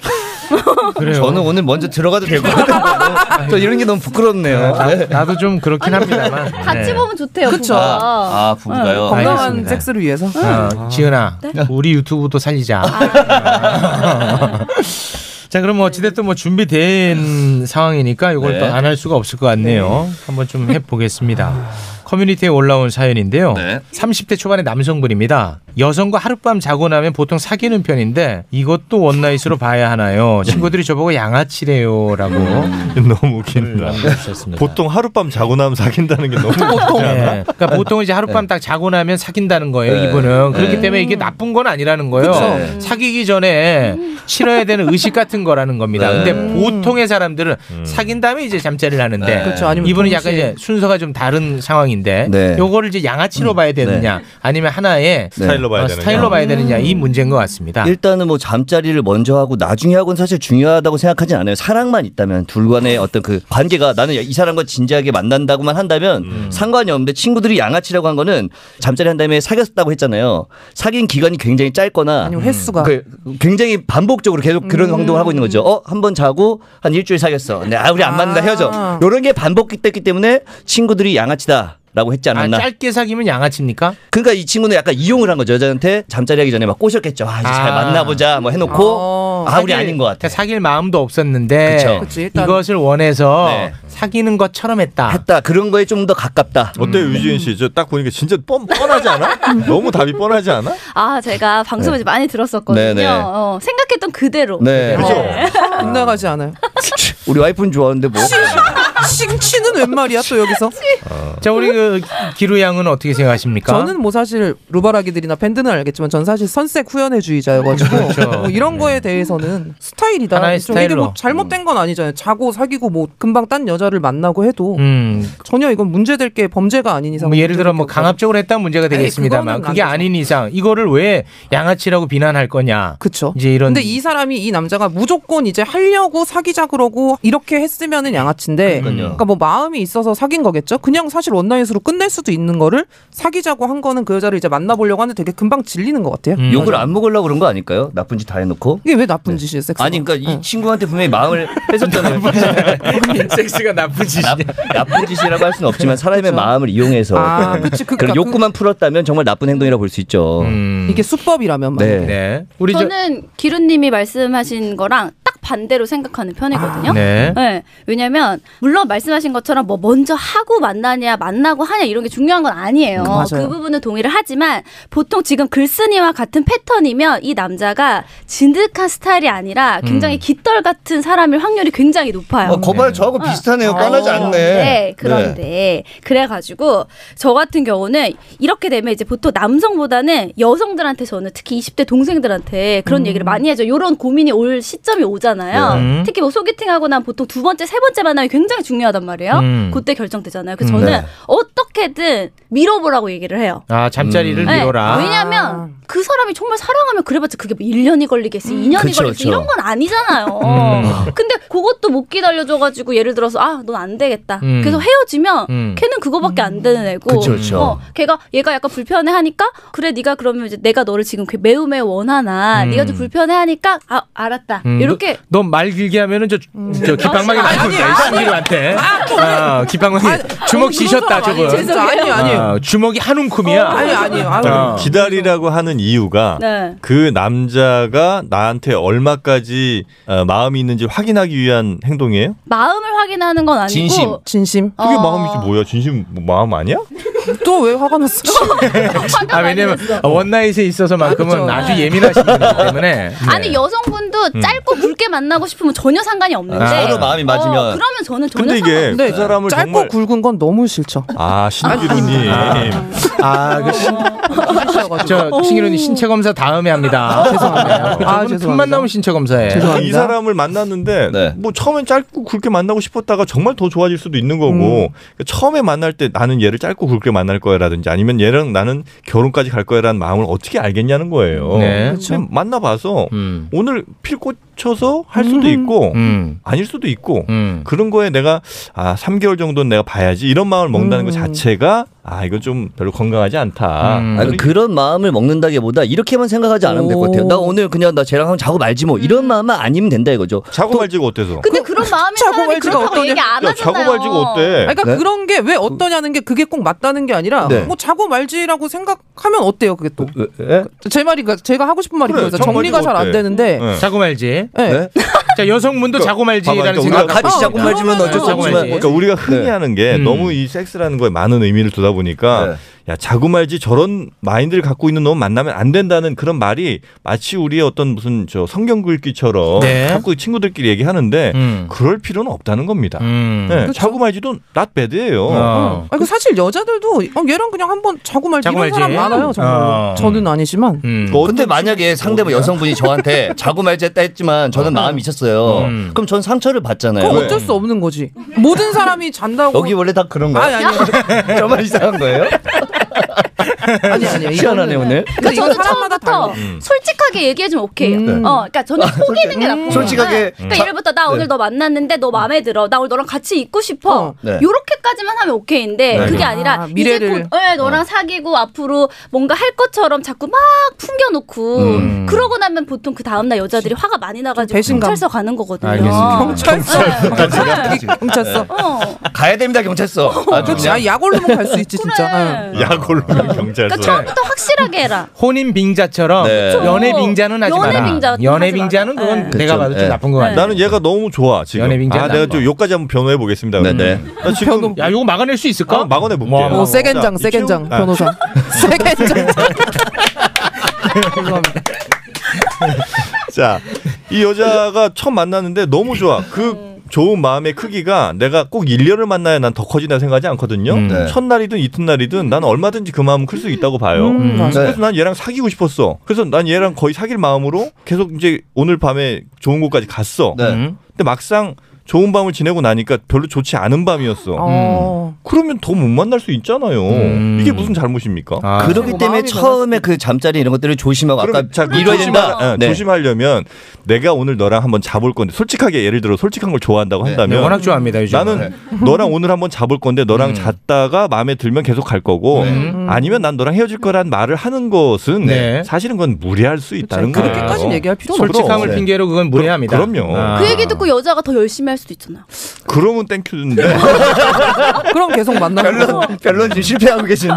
Speaker 5: 그래요.
Speaker 9: 저는 오늘 먼저 들어가도 될 것 같아요. 저 이런 게 너무 부끄럽네요.
Speaker 5: 나, 나도 좀 그렇긴 합니다만.
Speaker 10: 같이
Speaker 5: 네.
Speaker 10: 보면 좋대요. 네.
Speaker 8: 그쵸.
Speaker 10: 부부가.
Speaker 9: 아, 부부가요?
Speaker 8: 어, 건강한
Speaker 5: 알겠습니다.
Speaker 8: 섹스를 위해서. 음. 네?
Speaker 5: 어, 지은아, 우리 유튜브도 살리자.
Speaker 8: 아.
Speaker 5: 자, 그럼 뭐 어찌됐든 뭐 준비된 상황이니까 이걸
Speaker 9: 네.
Speaker 5: 또 안 할 수가 없을 것 같네요. 한번 좀 해보겠습니다. 커뮤니티에 올라온 사연인데요.
Speaker 9: 네.
Speaker 5: 30대 초반의 남성분입니다. 여성과 하룻밤 자고 나면 보통 사귀는 편인데 이것도 원나잇으로 봐야 하나요? 친구들이 저보고 양아치래요라고
Speaker 9: 어?
Speaker 6: 너무
Speaker 9: 네.
Speaker 6: 웃긴다. 음. 보통 하룻밤 자고 나면 사귄다는 게 너무
Speaker 5: 보통.
Speaker 6: 웃기지 않아?
Speaker 9: 네.
Speaker 5: 그러니까 보통 이제 하룻밤 딱 자고 나면 사귄다는 거예요.
Speaker 6: 네.
Speaker 5: 이분은 그렇기
Speaker 6: 네.
Speaker 5: 때문에 이게 나쁜 건 아니라는 거예요.
Speaker 6: 그쵸. 네.
Speaker 5: 사귀기 전에 치러야 되는 의식 같은 거라는 겁니다.
Speaker 6: 네.
Speaker 5: 근데 보통의 사람들은 사귄 다음에 이제 잠자리를 하는데
Speaker 6: 네. 그쵸, 아니면
Speaker 5: 이분은
Speaker 6: 동시에.
Speaker 5: 약간 이제 순서가 좀 다른 상황인데
Speaker 6: 네.
Speaker 5: 요거를 이제
Speaker 9: 음.
Speaker 5: 양아치로 봐야 되느냐
Speaker 9: 네.
Speaker 5: 아니면 하나의
Speaker 9: 스타일로 봐야
Speaker 5: 어,
Speaker 9: 되느냐.
Speaker 5: 스타일로
Speaker 6: 음.
Speaker 5: 봐야 되느냐 이 문제인 것 같습니다.
Speaker 9: 네. 일단은 뭐 잠자리를 먼저 하고 나중에 하고는 사실 중요하다고 생각하진 않아요. 사랑만 있다면 둘 간의 어떤 그 관계가 나는 이 사람과 진지하게 만난다고만 한다면
Speaker 5: 음.
Speaker 9: 상관이 없는데 친구들이 양아치라고 한 거는 잠자리 한 다음에 사귀었다고 했잖아요. 사귄 기간이 굉장히 짧거나
Speaker 8: 아니면 횟수가. 음.
Speaker 9: 그 굉장히 반복적으로 계속 그런 행동을 하고 있는 거죠. 어, 한 번 자고 한 일주일 사귀었어. 근데 아, 우리 안 맞는다 헤어져. 이런 게 반복됐기 때문에 친구들이 양아치다. 라고 했지 않았나?
Speaker 5: 짧게 사귀면 양아치입니까?
Speaker 9: 그러니까 이 친구는 약간 이용을 한 거죠 여자한테 잠자리하기 전에 막 꼬셨겠죠. 아, 이제 잘
Speaker 5: 아.
Speaker 9: 만나보자 뭐 해놓고 아 우리 아닌 것 같아.
Speaker 5: 어, 사귈 마음도 없었는데
Speaker 9: 그쵸. 그치, 일단-
Speaker 5: 이것을 원해서
Speaker 9: 네.
Speaker 5: 사귀는 것처럼 했다. 음.
Speaker 9: 했다. 그런 거에 좀 더 가깝다.
Speaker 6: 어때 요 유지은 씨? 저 딱 보니까 진짜 뻔 뻔하지 않아? 너무 답이 뻔하지 않아?
Speaker 10: 아, 제가 방송에서 많이 들었었거든요.
Speaker 6: 네, 네.
Speaker 10: 어, 생각했던 그대로.
Speaker 9: 네. 그죠?
Speaker 8: 빗나가지 않아요.
Speaker 9: 우리 와이프는 좋아하는데 뭐.
Speaker 8: 싱치는 웬 말이야 또 여기서?
Speaker 5: 자 우리 그 기루 양은 어떻게 생각하십니까?
Speaker 8: 저는 뭐 사실 루바라기들이나 밴드는 알겠지만 전 사실 선색 후연회주의자여가지고
Speaker 5: 그렇죠.
Speaker 8: 뭐 이런 거에 대해서는 스타일이다.
Speaker 5: 하나의
Speaker 8: 좀 이게
Speaker 5: 스타일로.
Speaker 8: 뭐 잘못된 건 아니잖아요. 자고 사귀고 뭐 금방 딴 여자를 만나고 해도
Speaker 5: 음.
Speaker 8: 전혀 이건 문제될 게 범죄가 아닌 이상.
Speaker 5: 뭐 예를 들어 뭐 강압적으로 했다는 문제가
Speaker 8: 아니,
Speaker 5: 되겠습니다만
Speaker 8: 네, 그거는
Speaker 5: 그게
Speaker 8: 안
Speaker 5: 아닌 이상 이거를 왜 양아치라고 비난할 거냐?
Speaker 8: 그렇죠.
Speaker 5: 이제 이런
Speaker 8: 근데 이 사람이 이 남자가 무조건 이제 하려고 사귀자 그러고 이렇게 했으면은 양아치인데 그러니까뭐 마음이 있어서 사귄 거겠죠. 그냥 사실 원나잇으로 끝낼 수도 있는 거를 사귀자고 한 거는 그 여자를 이제 만나보려고 하는데 되게 금방 질리는 것 같아요.
Speaker 5: 음.
Speaker 9: 욕을 안 먹으려고 그런 거 아닐까요? 나쁜 짓 다 해놓고.
Speaker 8: 이게 왜 나쁜
Speaker 5: 네.
Speaker 8: 짓이에요, 섹스?
Speaker 9: 아니 그러니까 이 친구한테 분명히 마음을 뺏었잖아요.
Speaker 5: 섹스가 나쁜 짓이
Speaker 9: 나쁜 짓이라고 할 수는 없지만 사람의 마음을 이용해서
Speaker 8: 아, 그치, 그러니까
Speaker 9: 그런 욕구만 풀었다면 정말 나쁜 행동이라고 볼 수 있죠.
Speaker 8: 이게 수법이라면
Speaker 9: 네.
Speaker 5: 네.
Speaker 10: 저는 기루님이 말씀하신 거랑 딱 반대로 생각하는 편이거든요.
Speaker 9: 아, 네.
Speaker 10: 왜냐면 물론 말씀하신 것처럼 뭐 먼저 하고 만나냐 만나고 하냐 이런 게 중요한 건 아니에요.
Speaker 2: 음, 맞아요.
Speaker 10: 그 부분은 동의를 하지만 보통 지금 글쓴이와 같은 패턴이면 이 남자가 진득한 스타일이 아니라 굉장히
Speaker 9: 음.
Speaker 10: 깃털 같은 사람일 확률이 굉장히 높아요. 어.
Speaker 9: 어, 거봐요. 저하고 비슷하네요. 뻔하지 않네.
Speaker 10: 네, 그런데 그래가지고 저 같은 경우는 이렇게 되면 이제 보통 남성보다는 여성들한테 저는 특히 20대 동생들한테
Speaker 5: 음.
Speaker 10: 그런 얘기를 많이 해줘. 이런 고민이 올 시점이 오잖아요.
Speaker 2: 네.
Speaker 10: 특히 뭐 소개팅하고 난 보통 두 번째, 세 번째 만남이 굉장히 중요하단 말이에요.
Speaker 5: 음.
Speaker 10: 그때 결정되잖아요. 그래서
Speaker 5: 음.
Speaker 10: 저는
Speaker 5: 네.
Speaker 10: 어떻게든 밀어보라고 얘기를 해요.
Speaker 5: 아
Speaker 9: 음.
Speaker 5: 잠자리를
Speaker 10: 네,
Speaker 5: 미워라.
Speaker 10: 왜냐면 그 사람이 정말 사랑하면 그래봤자 그게 뭐 1년이 걸리겠어, 2년이
Speaker 5: 그쵸,
Speaker 10: 걸리겠어
Speaker 5: 그쵸.
Speaker 10: 이런 건 아니잖아요.
Speaker 5: 음.
Speaker 8: 어.
Speaker 10: 근데 그것도 못 기다려줘가지고 예를 들어서 아 넌 안 되겠다.
Speaker 2: 음.
Speaker 10: 그래서 헤어지면
Speaker 2: 음.
Speaker 10: 걔는 그거밖에 안 되는 애고,
Speaker 2: 그쵸, 그쵸.
Speaker 10: 어, 걔가 얘가 약간 불편해하니까 그래 네가 그러면 이제 내가 너를 지금 그 매우 매우 원하나
Speaker 5: 음.
Speaker 10: 네가 좀 불편해하니까 아 알았다
Speaker 5: 음,
Speaker 10: 이렇게
Speaker 5: 넌 말 길게 하면은 저,
Speaker 8: 음.
Speaker 5: 저 기방망이
Speaker 10: 아,
Speaker 5: 날고
Speaker 10: 아니,
Speaker 5: 있다
Speaker 10: 아니.
Speaker 5: 이신이한테
Speaker 10: 아, 또
Speaker 5: 아, 기방망이 주먹
Speaker 8: 아니,
Speaker 5: 지셨다
Speaker 8: 그런
Speaker 5: 저거
Speaker 8: 사람 아니에요. 죄송해요. 아니에요, 아니에요.
Speaker 5: 주먹이 한 움큼이야
Speaker 8: 어, 아니에요, 아니에요. 아유.
Speaker 6: 자, 기다리라고 하는 이유가
Speaker 8: 네.
Speaker 6: 그 남자가 나한테 얼마까지 어, 마음이 있는지 확인하기 위한 행동이에요?
Speaker 10: 마음을 확인하는 건 아니고 어.
Speaker 8: 진심. 아.
Speaker 6: 그게 마음이지 뭐야? 진심 뭐 마음 아니야?
Speaker 8: 또 왜 화가 났어?
Speaker 5: 아 왜냐면 원나잇에 있어서만큼은
Speaker 10: 그렇죠.
Speaker 5: 아주 예민하신 분이기 때문에
Speaker 10: 아니 여성분도
Speaker 6: 음.
Speaker 10: 짧고 굵게 만나고 싶으면 전혀 상관이 없는데
Speaker 6: 아, 서로 마음이 맞으면.
Speaker 10: 어, 그러면 저는 전혀
Speaker 6: 근데 이게
Speaker 10: 상관없어요. 네.
Speaker 6: 그 사람을
Speaker 8: 짧고
Speaker 6: 정말
Speaker 8: 굵은 건 너무 싫죠.
Speaker 6: 아 신기루님 아.
Speaker 5: 네. 아, 그 저 신기루님 신체 검사 다음에 합니다. 죄송합니다. 아, 품만 나오면 신체 검사에.
Speaker 6: 이 사람을 만났는데 뭐 처음엔 짧고 굵게 만나고 싶었다가 정말 더 좋아질 수도 있는
Speaker 5: 음.
Speaker 6: 거고 그러니까 처음에 만날 때 나는 얘를 짧고 굵게 만날 거야라든지 아니면 얘랑 나는 결혼까지 갈 거야라는 마음을 어떻게 알겠냐는 거예요.
Speaker 5: 네.
Speaker 6: 근데 만나봐서 오늘 필 꽂혀서 할 수도
Speaker 5: 음.
Speaker 6: 있고
Speaker 5: 음.
Speaker 6: 아닐 수도 있고 그런 거에 내가 아 3개월 정도는 내가 봐야지 이런 마음을 먹는다는 것 자체가 아 이건 좀 별로 건강하지 않다.
Speaker 9: 아니, 음. 그런 마음을 먹는다기보다 이렇게만 생각하지 않으면 될 것 같아요. 나 오늘 그냥 나 쟤랑 하면 자고 말지 뭐 이런 마음만 아니면 된다 이거죠.
Speaker 6: 자고 말지가 어때서?
Speaker 10: 근데 그런 마음이 사람이 그렇다고 얘기 안 하잖아요.
Speaker 8: 그러니까
Speaker 9: 네?
Speaker 8: 그런 게 왜 어떠냐는 게 그게 꼭 맞다는 게 아니라
Speaker 9: 네.
Speaker 8: 뭐 자고 말지라고 생각하면 어때요 그게 또.
Speaker 9: 예?
Speaker 8: 제 말이 그러니까 제가 하고 싶은 말이 그래서 정리가 잘 안 되는데
Speaker 5: 자고 말지.
Speaker 8: 네.
Speaker 5: 자 여성분도 자고 말지라는
Speaker 6: 그러니까
Speaker 5: 생각.
Speaker 6: 봐봐, 그러니까 우리가 같이 자고 말지면 어쩔 수 없지만 그러니까 우리가 그러니까 흔히 하는 게
Speaker 5: 네. 음.
Speaker 6: 너무 이 섹스라는 거에 많은 의미를 두다 보니까 야 자구 말지 저런 마인드를 갖고 있는 놈 만나면 안 된다는 그런 말이 마치 우리의 어떤 무슨 저 성경 글귀처럼
Speaker 5: 네.
Speaker 6: 자꾸 친구들끼리 얘기하는데
Speaker 5: 음.
Speaker 6: 그럴 필요는 없다는 겁니다. 네,
Speaker 8: 그렇죠.
Speaker 6: 자구 말지도 not bad예요.
Speaker 8: 어. 아니, 그 사실 여자들도 어, 얘랑 그냥 한번 자고 말지
Speaker 6: 자고
Speaker 8: 이런 사람
Speaker 6: 말지.
Speaker 8: 많아요 정말
Speaker 6: 어.
Speaker 8: 로 저는 아니지만
Speaker 10: 음.
Speaker 9: 근데 만약에 상대방 여성분이 저한테 자고 말지 했다 했지만 저는 마음이 있었어요. 그럼 전 상처를 받잖아요.
Speaker 8: 그건 어쩔 수 없는 거지 모든 사람이 잔다고
Speaker 9: 여기 뭐 원래 다 그런 거야?
Speaker 8: 아니 아니
Speaker 9: 정말 이상한 거예요?
Speaker 8: 아니 아니
Speaker 9: 시원하네 오늘.
Speaker 10: 그러니까 저도 처음부터 솔직하게 얘기해주면 오케이요.
Speaker 9: 음.
Speaker 10: 어, 그러니까 저는 포기하는 게 나쁜 거예요.
Speaker 9: 솔직하게. 음.
Speaker 10: 네. 그러니까 예를 부터 나 오늘
Speaker 9: 네.
Speaker 10: 너 만났는데 너 마음에 들어. 나 오늘 너랑 같이 있고 싶어.
Speaker 9: 네.
Speaker 10: 요렇게까지만 하면 오케이인데
Speaker 9: 네. 어.
Speaker 10: 그게
Speaker 9: 아,
Speaker 10: 아니라 이제
Speaker 9: 미래를.
Speaker 10: 곧 예, 너랑 사귀고 앞으로 뭔가 할 것처럼 자꾸 막 풍겨놓고
Speaker 9: 음.
Speaker 10: 그러고 나면 보통 그 다음날 여자들이 화가 많이 나가지고
Speaker 9: 배신감. 어.
Speaker 10: 경찰서 가는 거거든요.
Speaker 8: 아, 경찰서.
Speaker 10: 어,
Speaker 9: 가야 됩니다 경찰서. 아,
Speaker 8: 그렇지. 아, 약올로만 갈 수 있지
Speaker 9: 어.
Speaker 8: 진짜.
Speaker 6: 약올로
Speaker 10: 그러니까
Speaker 9: 네.
Speaker 10: 처음부터 확실하게 해라.
Speaker 5: 혼인 빙자처럼
Speaker 6: 네.
Speaker 10: 그쵸.
Speaker 5: 연애 빙자는 하지
Speaker 10: 연애
Speaker 5: 마라.
Speaker 10: 빙자
Speaker 5: 연애
Speaker 10: 하지 마라. 네.
Speaker 5: 빙자는 그건
Speaker 6: 그쵸.
Speaker 5: 내가 봐도 좀
Speaker 6: 예.
Speaker 5: 나쁜 거 같아.
Speaker 6: 나는 얘가 너무 좋아 지금.
Speaker 5: 연애 빙자는
Speaker 6: 아 내가
Speaker 5: 안
Speaker 6: 좀 요까지 한번 변호해 보겠습니다.
Speaker 10: 네,
Speaker 6: 나 지금
Speaker 5: 야 이거 막아낼 수 있을까? 뭐,
Speaker 6: 아, 막아내 볼게요.
Speaker 8: 오 어, 세겐장 세겐장
Speaker 6: 아.
Speaker 8: 변호사. 세겐장.
Speaker 6: 자, 이 여자가 처음 만났는데 너무 좋아.
Speaker 9: 네.
Speaker 6: 그 좋은 마음의 크기가 내가 꼭 1년을 만나야 난 더 커진다 생각하지 않거든요.
Speaker 9: 네.
Speaker 6: 첫날이든 이튿날이든 난 얼마든지 그 마음은 클 수 있다고 봐요.
Speaker 9: 음, 맞아요.
Speaker 6: 그래서 난 얘랑 사귀고 싶었어. 그래서 난 얘랑 거의 사귈 마음으로 계속 이제 오늘 밤에 좋은 곳까지 갔어.
Speaker 9: 네.
Speaker 6: 음. 근데 막상 좋은 밤을 지내고 나니까 별로 좋지 않은 밤이었어.
Speaker 9: 음.
Speaker 8: 어.
Speaker 6: 그러면 더 못 만날 수 있잖아요. 이게 무슨 잘못입니까?
Speaker 9: 아.
Speaker 8: 아,
Speaker 9: 그렇기 때문에 처음에 그 잠자리 이런 것들을 조심하고 아까
Speaker 6: 자, 그
Speaker 9: 이뤄야
Speaker 6: 조심하-
Speaker 9: 된다. 네.
Speaker 6: 예, 조심하려면 내가 오늘 너랑 한번 자볼 건데 솔직하게 예를 들어 솔직한 걸 좋아한다고 한다면
Speaker 5: 네, 워낙 좋아합니다, 요즘.
Speaker 6: 나는
Speaker 5: 네. 음.
Speaker 6: 너랑 오늘 한번 자볼 건데 너랑 잤다가 마음에 들면 계속 갈
Speaker 5: 네.
Speaker 6: 거고 아니면 난 너랑 헤어질 거란 말을 하는 것은 사실은 건 무례할 수 있다는 거예요.
Speaker 5: 네. 그렇죠.
Speaker 6: 네.
Speaker 5: 그렇게까진
Speaker 8: 얘기할
Speaker 5: 필요는 솔직함을 없죠. 핑계로 그건 무례합니다. 아.
Speaker 6: 그럼, 요
Speaker 9: 아.
Speaker 10: 그 얘기 듣고 여자가 더 열심히 할 수도 있잖아.
Speaker 6: 그러면 땡큐인데
Speaker 8: 그럼 계속 만나는 거.
Speaker 9: 별론 지금 실패하고 계신데.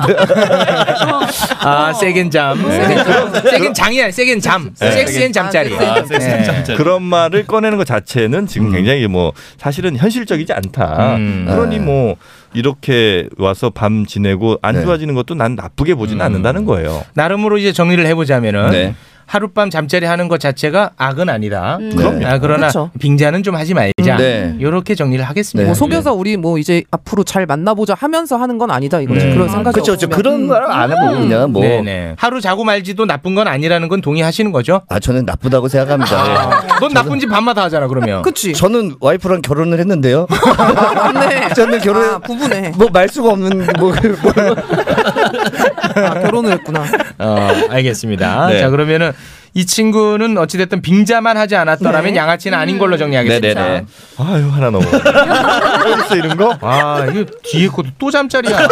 Speaker 8: 어.
Speaker 5: 아 세겐 잠.
Speaker 8: 네.
Speaker 5: 세겐 장이야. 세겐 잠.
Speaker 6: 네.
Speaker 5: 섹시한
Speaker 8: 아,
Speaker 5: 잠자리. 네.
Speaker 6: 그런 말을 꺼내는 것 자체는 지금 굉장히 뭐 사실은 현실적이지 않다. 그러니 뭐 이렇게 와서 밤 지내고 안 좋아지는 것도 난 나쁘게 보지는 않는다는 거예요.
Speaker 5: 나름으로 이제 정리를 해보자면은
Speaker 6: 네.
Speaker 5: 하룻밤 잠자리 하는 것 자체가 악은 아니다.
Speaker 6: 음. 그럼요.
Speaker 5: 아, 그러나
Speaker 8: 그쵸.
Speaker 5: 빙자는 좀 하지 말자.
Speaker 8: 음. 네.
Speaker 5: 이렇게 정리를 하겠습니다.
Speaker 8: 뭐
Speaker 9: 네.
Speaker 8: 속여서 우리 뭐 이제 앞으로 잘 만나보자 하면서 하는 건 아니다 이거지
Speaker 5: 네.
Speaker 8: 그런 생각이
Speaker 5: 그쵸,
Speaker 8: 없으면.
Speaker 5: 그쵸. 그런
Speaker 8: 음.
Speaker 5: 거안 하고
Speaker 9: 그냥 뭐.
Speaker 5: 네네. 하루 자고 말지도 나쁜 건 아니라는 건 동의하시는 거죠? 아,
Speaker 9: 아 저는 나쁘다고 생각합니다.
Speaker 5: 넌 나쁜 짓 밤마다 하잖아 그러면.
Speaker 8: 아, 그치.
Speaker 9: 저는 와이프랑 결혼을 했는데요. 저는 결혼
Speaker 8: 아, 부부네.
Speaker 9: 뭐말 수가 없는 뭐, 뭐
Speaker 8: 아, 결혼을 했구나.
Speaker 5: 어, 알겠습니다.
Speaker 9: 네.
Speaker 5: 자, 그러면은 이 친구는 어찌됐든 빙자만 하지 않았더라면
Speaker 9: 네.
Speaker 5: 양아치는 아닌 걸로 정리하겠습니다.
Speaker 9: 네네네.
Speaker 6: 아유, 하나 넘어. 벌써 이런 거?
Speaker 5: 아, 이거 뒤에 것도 또 잠자리야.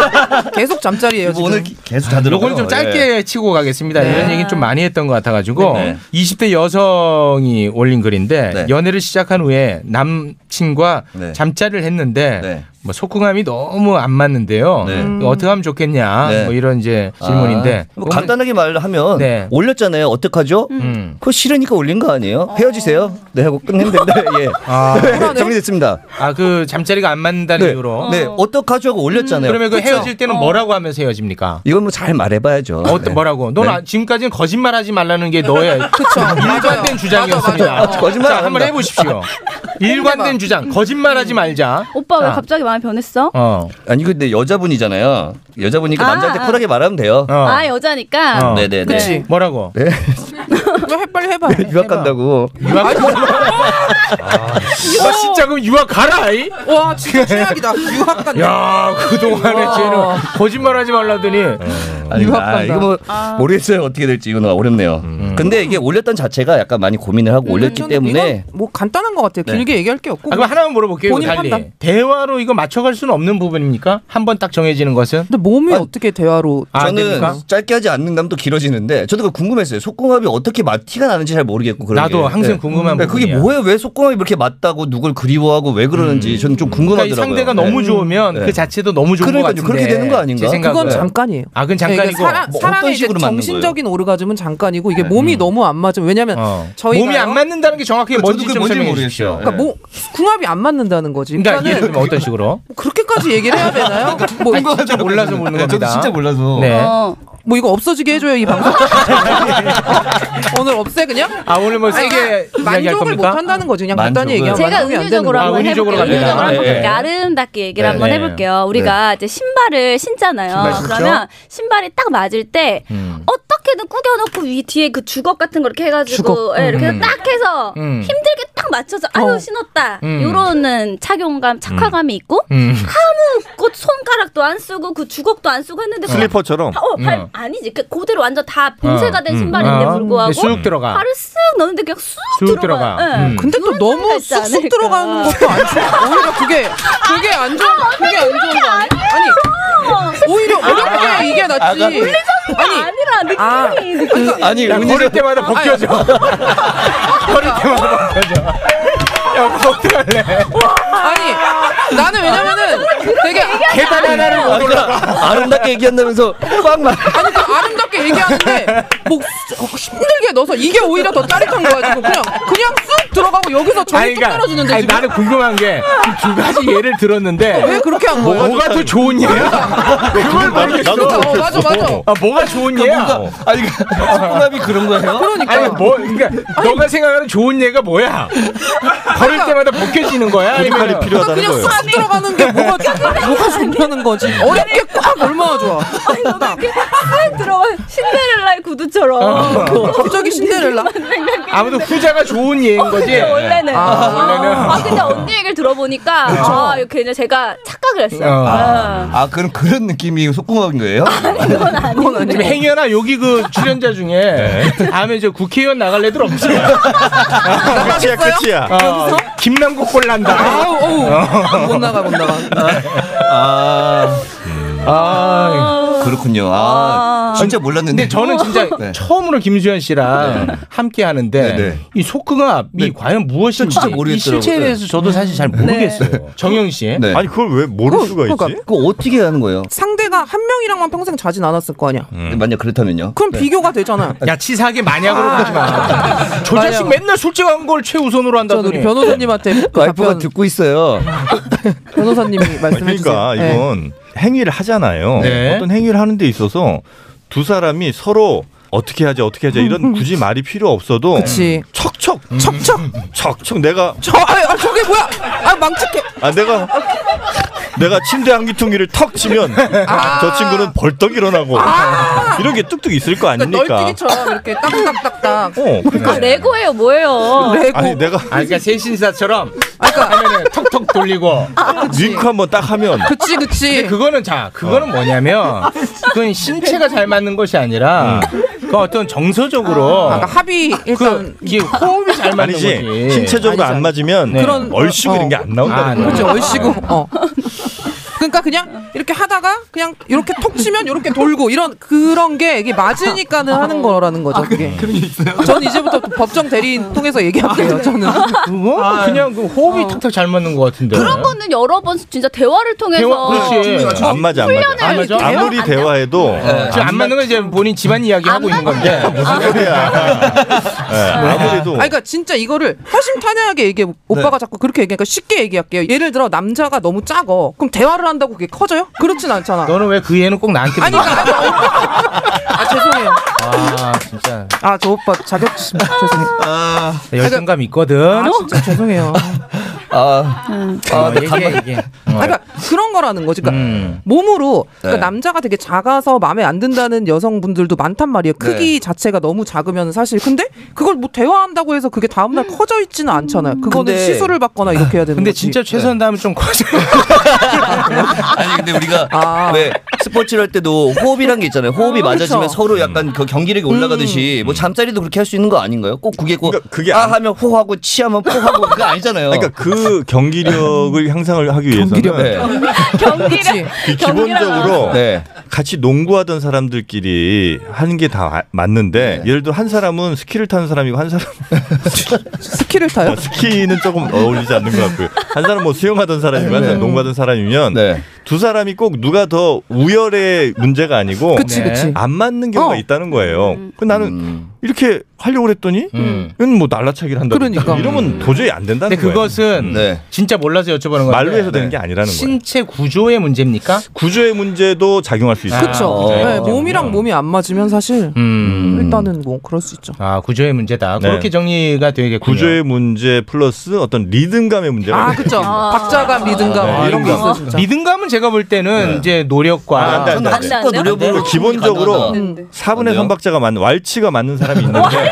Speaker 8: 계속 잠자리예요 지금.
Speaker 5: 오늘
Speaker 9: 계속 예.
Speaker 5: 요거는 좀 짧게 치고 가겠습니다.
Speaker 9: 네.
Speaker 5: 이런 얘기 좀 많이 했던 것 같아가지고 20대 여성이 올린 글인데
Speaker 9: 네.
Speaker 5: 연애를 시작한 후에 남친과 잠자리를 했는데
Speaker 9: 네.
Speaker 5: 뭐 속궁함이 너무 안 맞는데요. 이거 어떻게 하면 좋겠냐
Speaker 9: 네.
Speaker 5: 뭐 이런 이제 질문인데 네.
Speaker 9: 아, 뭐 간단하게 말하면 올렸잖아요. 어떡하죠?
Speaker 8: 음.
Speaker 5: 음.
Speaker 9: 그거 싫으니까 올린 거 아니에요? 헤어지세요. 네 하고 끝내면 된다. 예.
Speaker 5: 아.
Speaker 9: 정리됐습니다.
Speaker 5: 아 그 잠자리가 안 맞는다는
Speaker 9: 네.
Speaker 5: 이유로
Speaker 9: 네. 어떡하죠 하고 올렸잖아요.
Speaker 5: 그러면 그
Speaker 9: 그쵸?
Speaker 5: 헤어질 때는 뭐라고 하면서 헤어집니까?
Speaker 9: 이건 뭐 잘 말해봐야죠.
Speaker 5: 어, 떤 뭐라고? 넌
Speaker 9: 네.
Speaker 5: 아, 지금까지는 거짓말하지 말라는 게 너의 일관된 주장이었습니다.
Speaker 9: 맞아, 맞아. 거짓말
Speaker 5: 자,
Speaker 9: 안
Speaker 5: 한번
Speaker 9: 한다.
Speaker 5: 해보십시오.
Speaker 8: 어.
Speaker 5: 일관된 주장. 거짓말하지 말자.
Speaker 10: 오빠 왜
Speaker 9: 자.
Speaker 10: 갑자기 마음이 변했어?
Speaker 5: 어.
Speaker 9: 아니 근데 여자분이잖아요. 여자분이니까
Speaker 10: 아,
Speaker 9: 남자한테
Speaker 10: 아.
Speaker 9: 쿨하게 말하면 돼요.
Speaker 10: 아 여자니까.
Speaker 9: 어. 네네네.
Speaker 10: 그치.
Speaker 5: 어. 뭐라고?
Speaker 9: 네.
Speaker 8: 왜 빨리 해봐.
Speaker 5: 네.
Speaker 9: 유학 간다고.
Speaker 5: 유학
Speaker 8: 어.
Speaker 5: 아, 진짜 그럼 유학 가라. 이?
Speaker 8: 와 진짜 최악이다. 유학 간다. 어.
Speaker 5: 야 그동안에
Speaker 8: 와.
Speaker 5: 쟤는 어, 거짓말하지 말라더니
Speaker 9: 음. 아니,
Speaker 5: 유학
Speaker 9: 아,
Speaker 5: 간다. 음.
Speaker 9: 이거 뭐 모르겠어요 어떻게 될지 이건 어렵네요. 음. 근데 이게 올렸던 자체가 약간 많이 고민을
Speaker 8: 음,
Speaker 9: 하고 올렸기 때문에
Speaker 8: 뭐 간단한 것 같아요.
Speaker 9: 네.
Speaker 8: 길게 얘기할 게 없고.
Speaker 5: 아, 그럼 하나만 물어볼게요.
Speaker 8: 본인
Speaker 5: 달리.
Speaker 8: 판단.
Speaker 5: 대화로 이거 맞춰갈 수는 없는 부분입니까? 한 번 딱 정해지는 것은?
Speaker 8: 근데 몸이 어떻게 대화로
Speaker 5: 아,
Speaker 9: 저는
Speaker 5: 됩니까?
Speaker 9: 짧게 하지 않는다면 또 길어지는데 저도 그 궁금했어요. 속궁합이 어떻게 맞 티가 나는지 잘 모르겠고 그런
Speaker 5: 나도
Speaker 9: 게.
Speaker 5: 항상 궁금한
Speaker 9: 그러니까 그게
Speaker 5: 부분이야.
Speaker 9: 뭐예요? 왜 속공합이 그렇게 맞다고 누굴 그리워하고 왜 그러는지 저는 좀
Speaker 5: 그러니까 이
Speaker 9: 궁금하더라고요. 네. 음.
Speaker 5: 상대가 너무 좋으면 그 자체도 너무 좋은
Speaker 9: 그러니까요.
Speaker 5: 것 같은데.
Speaker 9: 그렇게 되는 거 아닌가?
Speaker 5: 제 생각은.
Speaker 8: 그건 잠깐이에요.
Speaker 5: 아, 그건
Speaker 8: 네,
Speaker 5: 잠깐이고.
Speaker 8: 이게 사람,
Speaker 5: 뭐
Speaker 8: 사람의 이제 정신적인 오르가즘은 잠깐이고 이게 몸이 너무 안 맞으면 왜냐면
Speaker 5: 네. 음. 어.
Speaker 8: 저희
Speaker 5: 몸이 안 맞는다는 게 정확히 뭔지 네. 좀 설명해 주십시오.
Speaker 8: 그러니까 뭐 궁합이 안 맞는다는 거지.
Speaker 5: 그러니까 예를
Speaker 8: 그러니까는
Speaker 5: 들면 어떤 식으로?
Speaker 8: 그렇게까지 얘기를 해야 되나요? 뭐
Speaker 5: 아니, 진짜 몰라서 모르는
Speaker 8: 네, 저도
Speaker 5: 겁니다.
Speaker 8: 진짜
Speaker 5: 몰라서. 네.
Speaker 8: 뭐 이거 없어지게 해줘요 이 방송. 오늘 없애 그냥?
Speaker 5: 아 오늘 뭐 세게 이야기할
Speaker 8: 그러니까 만족을 못
Speaker 5: 겁니까? 어.
Speaker 8: 한다는 거지 그냥
Speaker 5: 만족을.
Speaker 8: 간단히 얘기하면
Speaker 10: 제가
Speaker 8: 만족이 안 되는
Speaker 10: 은유적으로
Speaker 8: 거야.
Speaker 10: 한번 해볼게요.
Speaker 5: 갑니다.
Speaker 10: 은유적으로 한번
Speaker 5: 네.
Speaker 10: 그렇게 아름답게 얘기를
Speaker 5: 네.
Speaker 10: 한번
Speaker 5: 네.
Speaker 10: 해볼게요. 우리가 이제 신발을 신잖아요.
Speaker 5: 신발 신죠?
Speaker 10: 그러면 신발이 딱 맞을 때 어떻게든 꾸겨놓고 위 뒤에 그 주걱 같은 걸 이렇게 해가지고
Speaker 11: 주걱.
Speaker 10: 예, 이렇게 해서
Speaker 11: 음.
Speaker 10: 딱 해서
Speaker 11: 음.
Speaker 10: 힘들게 딱 맞춰서 아유 신었다.
Speaker 11: 음.
Speaker 10: 요런 착용감, 착화감이 있고
Speaker 6: 음.
Speaker 10: 아무것 손가락도 안 쓰고 그 주걱도 안 쓰고 했는데
Speaker 6: 슬리퍼처럼?
Speaker 10: 어, 발
Speaker 6: 음.
Speaker 10: 아니지. 그 고대로 완전 다 봉쇄가 된
Speaker 6: 음.
Speaker 10: 신발인데
Speaker 6: 아.
Speaker 10: 불구하고
Speaker 6: 쑥 들어가.
Speaker 10: 발을 쓱 넣는데 그냥 쑥,
Speaker 5: 쑥
Speaker 10: 들어가.
Speaker 5: 들어가.
Speaker 10: 예.
Speaker 5: 음. 근데
Speaker 8: 또 너무
Speaker 10: 있지 않을까.
Speaker 8: 쑥쑥 들어가는 것도 안 좋아. 오히려 그게 그게 안 좋은 아, 그게 안 좋은 거 아니야? 아니 오히려 어렵게 이게 낫지.
Speaker 9: 아가-
Speaker 8: 그러니까 아니
Speaker 10: 아니라 느낌이.
Speaker 8: 아, 그러니까-
Speaker 9: 아니
Speaker 5: 야, 걸을 때마다 벗겨져. 걸을 때마다 벗겨져. 야, 뭐 어떡할래?
Speaker 8: 아, 아니 나는 왜냐면은 되게
Speaker 5: 계단 하나를
Speaker 9: 아,
Speaker 5: 못
Speaker 9: 올라가. 아름답게 그러니까. 얘기한다면서 꽉 막.
Speaker 8: 아니 그러니까 아름답게 얘기하는데 뭐 수- 어, 힘들게 넣어서 이게 오히려 더 짜릿한 거야 지금 그냥 그냥 쑥 들어가고 여기서 저기 쭉 떨어지는데
Speaker 5: 아니,
Speaker 8: 지금
Speaker 5: 나는 궁금한 게 두 가지 예를 들었는데
Speaker 8: 왜 그렇게 한 거예요?
Speaker 5: 뭐가 더 좋은 예야? 아, 그걸
Speaker 8: 나도
Speaker 5: 모르겠어.
Speaker 8: 나도 어, 맞아, 맞아.
Speaker 5: 아, 뭐가 좋은 예야? 아니 속궁합이 그런 거예요?
Speaker 8: 그러니까.
Speaker 5: 아니 뭐 그러니까 너가 생각하는 좋은 예가 뭐야? 걸을 때마다 벗겨지는 거야? 아니면
Speaker 8: 그러니까 그냥 쑥 들어가는 게 뭐가 뭐가 좋다는 거지 어렵게 꽉 얼마나 좋아
Speaker 10: 아, 들어와 신데렐라의 구두처럼 그
Speaker 8: 어. 갑자기 신데렐라?
Speaker 5: 아무도 후자가 좋은 예인 거지?
Speaker 10: 어, 원래는.
Speaker 5: 아,
Speaker 10: 아,
Speaker 5: 원래는.
Speaker 10: 아, 근데 언니 얘기를 들어보니까
Speaker 9: 그쵸.
Speaker 10: 아, 이렇게 그냥 제가 착각을 했어요.
Speaker 9: 아, 아, 그럼 그런 느낌이 속궁합인 거예요?
Speaker 10: 그건 아니고.
Speaker 5: 지금 행여나 여기 그 출연자 중에
Speaker 9: 네.
Speaker 5: 다음에 저 국회의원 나갈 애들 없지?
Speaker 6: 끝이야, 끝이야.
Speaker 5: 어, 김남국 꼴 난다.
Speaker 8: 아우, 어우. 못 나가, 못 나가.
Speaker 9: 아,
Speaker 5: 아,
Speaker 9: 그렇군요. 아, 진짜 몰랐는데. 네.
Speaker 5: 근데 저는 진짜 처음으로 김수현 씨랑 함께 하는데 이 속궁합이 과연 무엇인지
Speaker 9: 네. 진짜
Speaker 5: 이
Speaker 9: 모르겠더라고요. 네.
Speaker 5: 실체에 대해서 저도 사실 잘 모르겠어요. 정영 씨.
Speaker 9: 아니,
Speaker 6: 네. 그걸 왜 모를 수가
Speaker 8: 그러니까. 있지?
Speaker 9: 그거 어떻게 하는 거예요?
Speaker 8: 상대가 한 명이랑만 평생 자진 않았을 거 아니야
Speaker 9: 만약 그렇다면요? 네. 아.
Speaker 8: 그럼 비교가 되잖아
Speaker 5: 야 치사하게 마냐고 그러지 마. 저 자식
Speaker 9: 어.
Speaker 8: 마냥.
Speaker 5: 맨날 술집 한걸 최우선으로 한다더니.
Speaker 8: 우리 변호사님한테
Speaker 5: 그
Speaker 9: 와이프가 듣고 있어요.
Speaker 8: 변호사님이 말씀해 주세요
Speaker 6: 그러니까
Speaker 8: 네.
Speaker 6: 이건 행위를 하잖아요.
Speaker 9: 네.
Speaker 6: 어떤 행위를 하는 데 있어서 두 사람이 서로 어떻게 하자 어떻게 하자 이런 굳이 말이 필요 없어도
Speaker 8: 그치.
Speaker 6: 척척
Speaker 8: 척척
Speaker 6: 척척 내가
Speaker 8: 저, 아, 아, 저게 뭐야? 아, 망측해.
Speaker 6: 아 내가 내가 침대 한기퉁이를 턱 치면
Speaker 5: 아.
Speaker 6: 저 친구는 벌떡 일어나고 이런 게 뚝뚝 있을 거
Speaker 5: 그러니까
Speaker 6: 아닙니까?
Speaker 8: 그러니까. 널뛰기처럼 이렇게 딱딱딱딱.
Speaker 6: 어,
Speaker 10: 아, 레고예요, 뭐예요?
Speaker 6: 아니 내가
Speaker 5: 어. 아, 그러니까 세신사처럼 하면은 턱턱 돌리고
Speaker 8: 아,
Speaker 6: 윙크 한번 딱 하면 어. 아,
Speaker 8: 그치 그치.
Speaker 5: 근데 그거는 자, 그거는 뭐냐면 그건 신체가 잘 맞는 것이 아니라
Speaker 6: 음.
Speaker 5: 그 어떤 정서적으로
Speaker 8: 아까 합의 일단
Speaker 5: 이게 호흡이 잘 맞는
Speaker 6: 아니지
Speaker 5: 거지.
Speaker 6: 신체적으로 안 맞으면
Speaker 5: 네.
Speaker 6: 그런 얼씨구 이런 게 안
Speaker 5: 아, 네.
Speaker 6: 나온다는 거예요.
Speaker 5: 그렇죠, 얼씨구.
Speaker 8: 어. 그러니까 그냥 이렇게 하다가 그냥 이렇게 톡 치면 이렇게 돌고 이런 그런 게 이게 맞으니까는 하는 거라는 거죠. 그게. 그런 게 있어요? 전 이제부터 법정 대리인 통해서
Speaker 5: 아,
Speaker 8: 얘기할게요.
Speaker 5: 네.
Speaker 8: 저는.
Speaker 6: 뭐?
Speaker 5: 그거? 그냥 그
Speaker 8: 어.
Speaker 5: 호흡이 탁탁 잘 맞는 것 같은데.
Speaker 10: 그런 거는 여러 번 진짜 대화를 통해서
Speaker 5: 대화- 그렇지.
Speaker 6: 안 맞아 안 맞아.
Speaker 5: 안 맞아?
Speaker 6: 아무리 대화해도
Speaker 5: 네. 지금 안 맞는 건 이제 본인 집안 이야기 하고 있는 건데. 아.
Speaker 6: 무슨 소리야. 아무래도
Speaker 8: 아, 그러니까 진짜 이거를 허심탄회하게 얘기해. 오빠가 자꾸 그렇게 얘기하니까 쉽게 얘기할게요. 예를 들어 남자가 너무 작어. 그럼 대화를 한다고 그게 커져요? 그렇진 않잖아.
Speaker 5: 너는 왜 그 애는 꼭 나한테
Speaker 8: 아니,
Speaker 5: 물어봐?
Speaker 8: 아 죄송해요.
Speaker 5: 아, 진짜.
Speaker 8: 아 저 오빠 자격지심 죄송해요.
Speaker 5: 아,
Speaker 6: 그러니까
Speaker 5: 열정감 있거든.
Speaker 8: 아 진짜 죄송해요.
Speaker 9: 아, 아, 나 가만-
Speaker 5: 이게.
Speaker 8: 아, 그러니까 그런 거라는 거지. 그러니까
Speaker 5: 음.
Speaker 8: 몸으로
Speaker 9: 네.
Speaker 8: 그러니까 남자가 되게 작아서 마음에 안 든다는 여성분들도 많단
Speaker 9: 네.
Speaker 8: 말이에요. 크기 자체가 너무 작으면 사실 근데 그걸 뭐 대화한다고 해서 그게 다음날 음. 커져 있지는 않잖아요. 그거는
Speaker 9: 근데- 네.
Speaker 8: 시술을 받거나 이렇게 해야 되는
Speaker 5: 근데
Speaker 8: 거지.
Speaker 5: 진짜 최소한 다음에 좀 커져.
Speaker 9: 아니 근데 우리가 왜 스포츠를 할 때도 호흡이란 게 있잖아요. 그렇죠. 호흡이
Speaker 8: 어,
Speaker 9: 맞아지면
Speaker 8: 그쵸.
Speaker 5: 음.
Speaker 9: 서로 약간 그 경기력이 올라가듯이 뭐
Speaker 5: 그러니까
Speaker 9: 잠자리도 그렇게 할 수 있는 거 아닌가요? 꼭 그게 꼭 그게 아 하면 호하고 치하면 포하고 그거 아니잖아요.
Speaker 6: 그러니까 그 그 경기력을 향상을 하기 위해서는
Speaker 10: 경기력
Speaker 8: 그
Speaker 6: 기- 기본적으로
Speaker 8: 아.
Speaker 6: 같이 농구하던 사람들끼리 하는 게 다 맞는데
Speaker 8: 네.
Speaker 6: 예를 들어 한 사람은 스키를 타는 사람이고 한 사람
Speaker 8: 스키를 타요?
Speaker 6: 스키는 조금 어울리지 않는 것 같고요. 한 사람 뭐 수영하던 사람이고
Speaker 8: 네.
Speaker 6: 한 사람 농구하던 사람이면 두 사람이 꼭 누가 더 우열의 문제가 아니고
Speaker 8: 그치, 그치.
Speaker 6: 안 맞는 경우가
Speaker 8: 어.
Speaker 6: 있다는 거예요. 그 나는 이렇게 하려고 했더니 이건 뭐 날라차기를 한다.
Speaker 5: 그러니까.
Speaker 6: 이러면 도저히 안 된다는
Speaker 5: 근데
Speaker 6: 거예요. 네.
Speaker 5: 그것은 진짜 몰라서 여쭤보는 건데
Speaker 6: 말로 해서 되는 게 아니라는 거예요.
Speaker 5: 신체 구조의 문제입니까?
Speaker 6: 구조의 문제도 작용할 수 있어요.
Speaker 8: 그쵸. 네, 몸이랑 몸이 안 맞으면 사실
Speaker 5: 음.
Speaker 8: 일단은 뭐 그럴 수 있죠.
Speaker 5: 아 구조의 문제다. 그렇게 정리가 되겠군요.
Speaker 6: 네. 구조의 문제 플러스 어떤 리듬감의 문제가
Speaker 8: 아, 그쵸. 박자감, 리듬감
Speaker 5: 아,
Speaker 8: 이런 게 있어요, 진짜.
Speaker 5: 리듬감은 제가 볼 때는 이제 노력과
Speaker 6: 네. 아, 안 돼, 안 돼, 안 돼.
Speaker 5: 학습과
Speaker 8: 네.
Speaker 5: 노력으로
Speaker 6: 기본적으로
Speaker 5: 가능하다.
Speaker 6: 4분의 3박자가 맞는 왈츠가 맞는 사람이 있는데
Speaker 8: 네.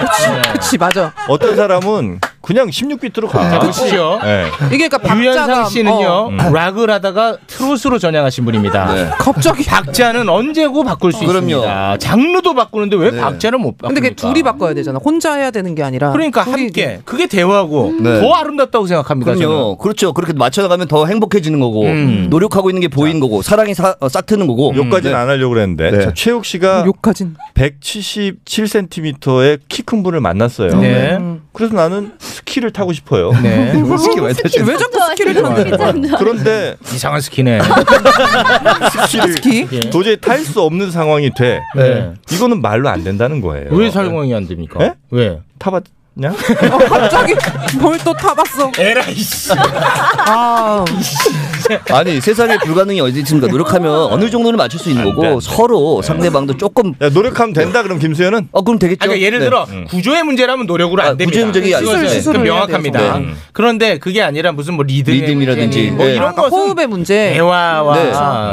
Speaker 8: 그치 맞아.
Speaker 6: 어떤 사람은 그냥 16비트로 가.
Speaker 5: 그치요.
Speaker 6: 네.
Speaker 8: 이게 그러니까 박자감,
Speaker 5: 유현상 씨는요
Speaker 8: 어. 음.
Speaker 5: 락을 하다가 트로트로 전향하신 분입니다.
Speaker 6: 네.
Speaker 8: 갑자기
Speaker 5: 박자는 언제고 바꿀 수 있습니다. 장르도 바꾸는데
Speaker 6: 네.
Speaker 5: 왜 박자를 못 바꾸니까?
Speaker 8: 근데 그게 둘이 바꿔야 되잖아. 혼자 해야 되는 게 아니라.
Speaker 5: 아, 그러니까 함께 그게 대화고
Speaker 9: 음.
Speaker 5: 더 아름답다고 생각합니다.
Speaker 9: 네. 그럼요. 그렇죠. 그렇게 맞춰나가면 더 행복해지는 거고
Speaker 5: 음.
Speaker 9: 노력하고 있는 게 보이는 거고 사랑이 사- 어, 싹 트는 거고.
Speaker 5: 네.
Speaker 6: 욕까지는 안 하려고 그랬는데 자, 최욱 씨가
Speaker 8: 욕하진
Speaker 6: 177cm의 키 큰 분을 만났어요.
Speaker 5: 네.
Speaker 6: 그래서 나는 스키를 타고 싶어요.
Speaker 5: 네.
Speaker 9: 스키 왜
Speaker 8: 스키 왜 자꾸 스키를 타는데?
Speaker 6: 그런데
Speaker 5: 이상한 스키네. 예.
Speaker 6: 스키를 도저히 탈 수 없는 상황이 돼.
Speaker 5: 네.
Speaker 6: 이거는 말로 안 된다는 거예요.
Speaker 5: 왜 설명이 안 됩니까?
Speaker 6: 예?
Speaker 5: 왜?
Speaker 6: 타봤냐?
Speaker 8: 어, 갑자기 뭘 또 타봤어?
Speaker 5: 에라이씨.
Speaker 8: 아,
Speaker 9: 아니 세상에 불가능이 어디 있습니까? 노력하면
Speaker 6: 아.
Speaker 9: 어느 정도는 맞출 수 있는 거고 서로 상대방도 조금
Speaker 6: 네. 노력하면 된다 그럼 김수현은 음.
Speaker 9: 어 그럼 되겠죠.
Speaker 5: 아, 그러니까 예를
Speaker 9: 네. 아,
Speaker 5: 들어 구조의 문제라면 노력으로 안 됩니다.
Speaker 9: 구조의 문제가
Speaker 5: 그건
Speaker 9: 시술,
Speaker 5: 네.
Speaker 9: 시술을
Speaker 5: 그건
Speaker 9: 해야
Speaker 5: 명확합니다.
Speaker 6: 음.
Speaker 5: 음.
Speaker 9: 돼서. 네.
Speaker 5: 그런데 그게 아니라 무슨 뭐 리듬
Speaker 9: 리듬이라든지,
Speaker 5: 뭐
Speaker 9: 네.
Speaker 5: 이런
Speaker 8: 아까
Speaker 5: 것은
Speaker 8: 호흡의 문제. 그렇죠. 그러니까
Speaker 5: 대화와 아,
Speaker 9: 네.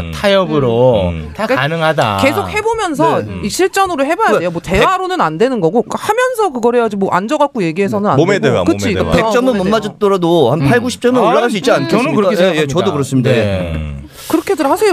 Speaker 9: 음.
Speaker 5: 타협으로 다 가능하다. 음. 네.
Speaker 8: 계속
Speaker 9: 네.
Speaker 8: 해보면서 이 실전으로 해봐야 돼요. 뭐 대화로는 안 되는 거고 그러니까 하면서 그걸 해야지 뭐 앉아갖고 얘기해서는 안
Speaker 9: 몸에
Speaker 8: 되고.
Speaker 9: 대화, 몸에
Speaker 8: 그치,
Speaker 9: 대화.
Speaker 8: 그러니까 음.
Speaker 9: 100 점은
Speaker 8: 어,
Speaker 9: 못
Speaker 8: 몸에 대화.
Speaker 9: 맞았더라도 한 8, 90점은 올라갈 수 있지
Speaker 5: 음. 저는
Speaker 9: 않겠습니까?
Speaker 5: 그렇게
Speaker 9: 예, 예,
Speaker 5: 생각합니다.
Speaker 9: 저도 그렇습니다.
Speaker 5: 네.
Speaker 8: 음. 그렇게들 하세요.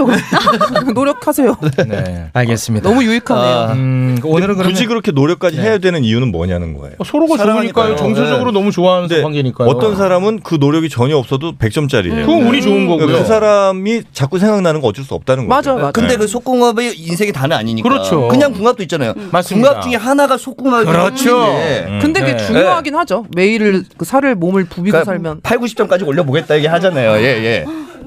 Speaker 8: 노력하세요.
Speaker 5: 네. 알겠습니다.
Speaker 8: 너무 유익하네요.
Speaker 5: 음, 오늘은 그러면
Speaker 6: 굳이 그렇게
Speaker 5: 네.
Speaker 6: 노력까지 해야 되는 이유는 뭐냐는 거예요. 네.
Speaker 5: 서로가
Speaker 9: 네.
Speaker 5: 좋으니까요. 네. 정서적으로 너무 좋아하는 관계니까요.
Speaker 6: 어떤 사람은 그 노력이 전혀 없어도 100점짜리예요.
Speaker 5: 그건 운이 좋은 거고요.
Speaker 6: 그 사람이 자꾸 생각나는 거 어쩔 수 없다는 거죠.
Speaker 8: 맞아, 맞아.
Speaker 9: 근데
Speaker 6: 네.
Speaker 9: 그 속궁합이 인생의 다는 아니니까.
Speaker 5: 그렇죠.
Speaker 9: 그냥 궁합도 있잖아요.
Speaker 5: 맞습니다.
Speaker 9: 궁합 중에 하나가 속궁합이
Speaker 5: 그렇죠.
Speaker 8: 음.
Speaker 5: 네.
Speaker 8: 근데 그게 중요하긴 하죠. 매일 그 살을 몸을 부비고
Speaker 9: 그러니까
Speaker 8: 살면 음.
Speaker 9: 8, 90점까지 올려보겠다 얘기 하잖아요. 예, 예.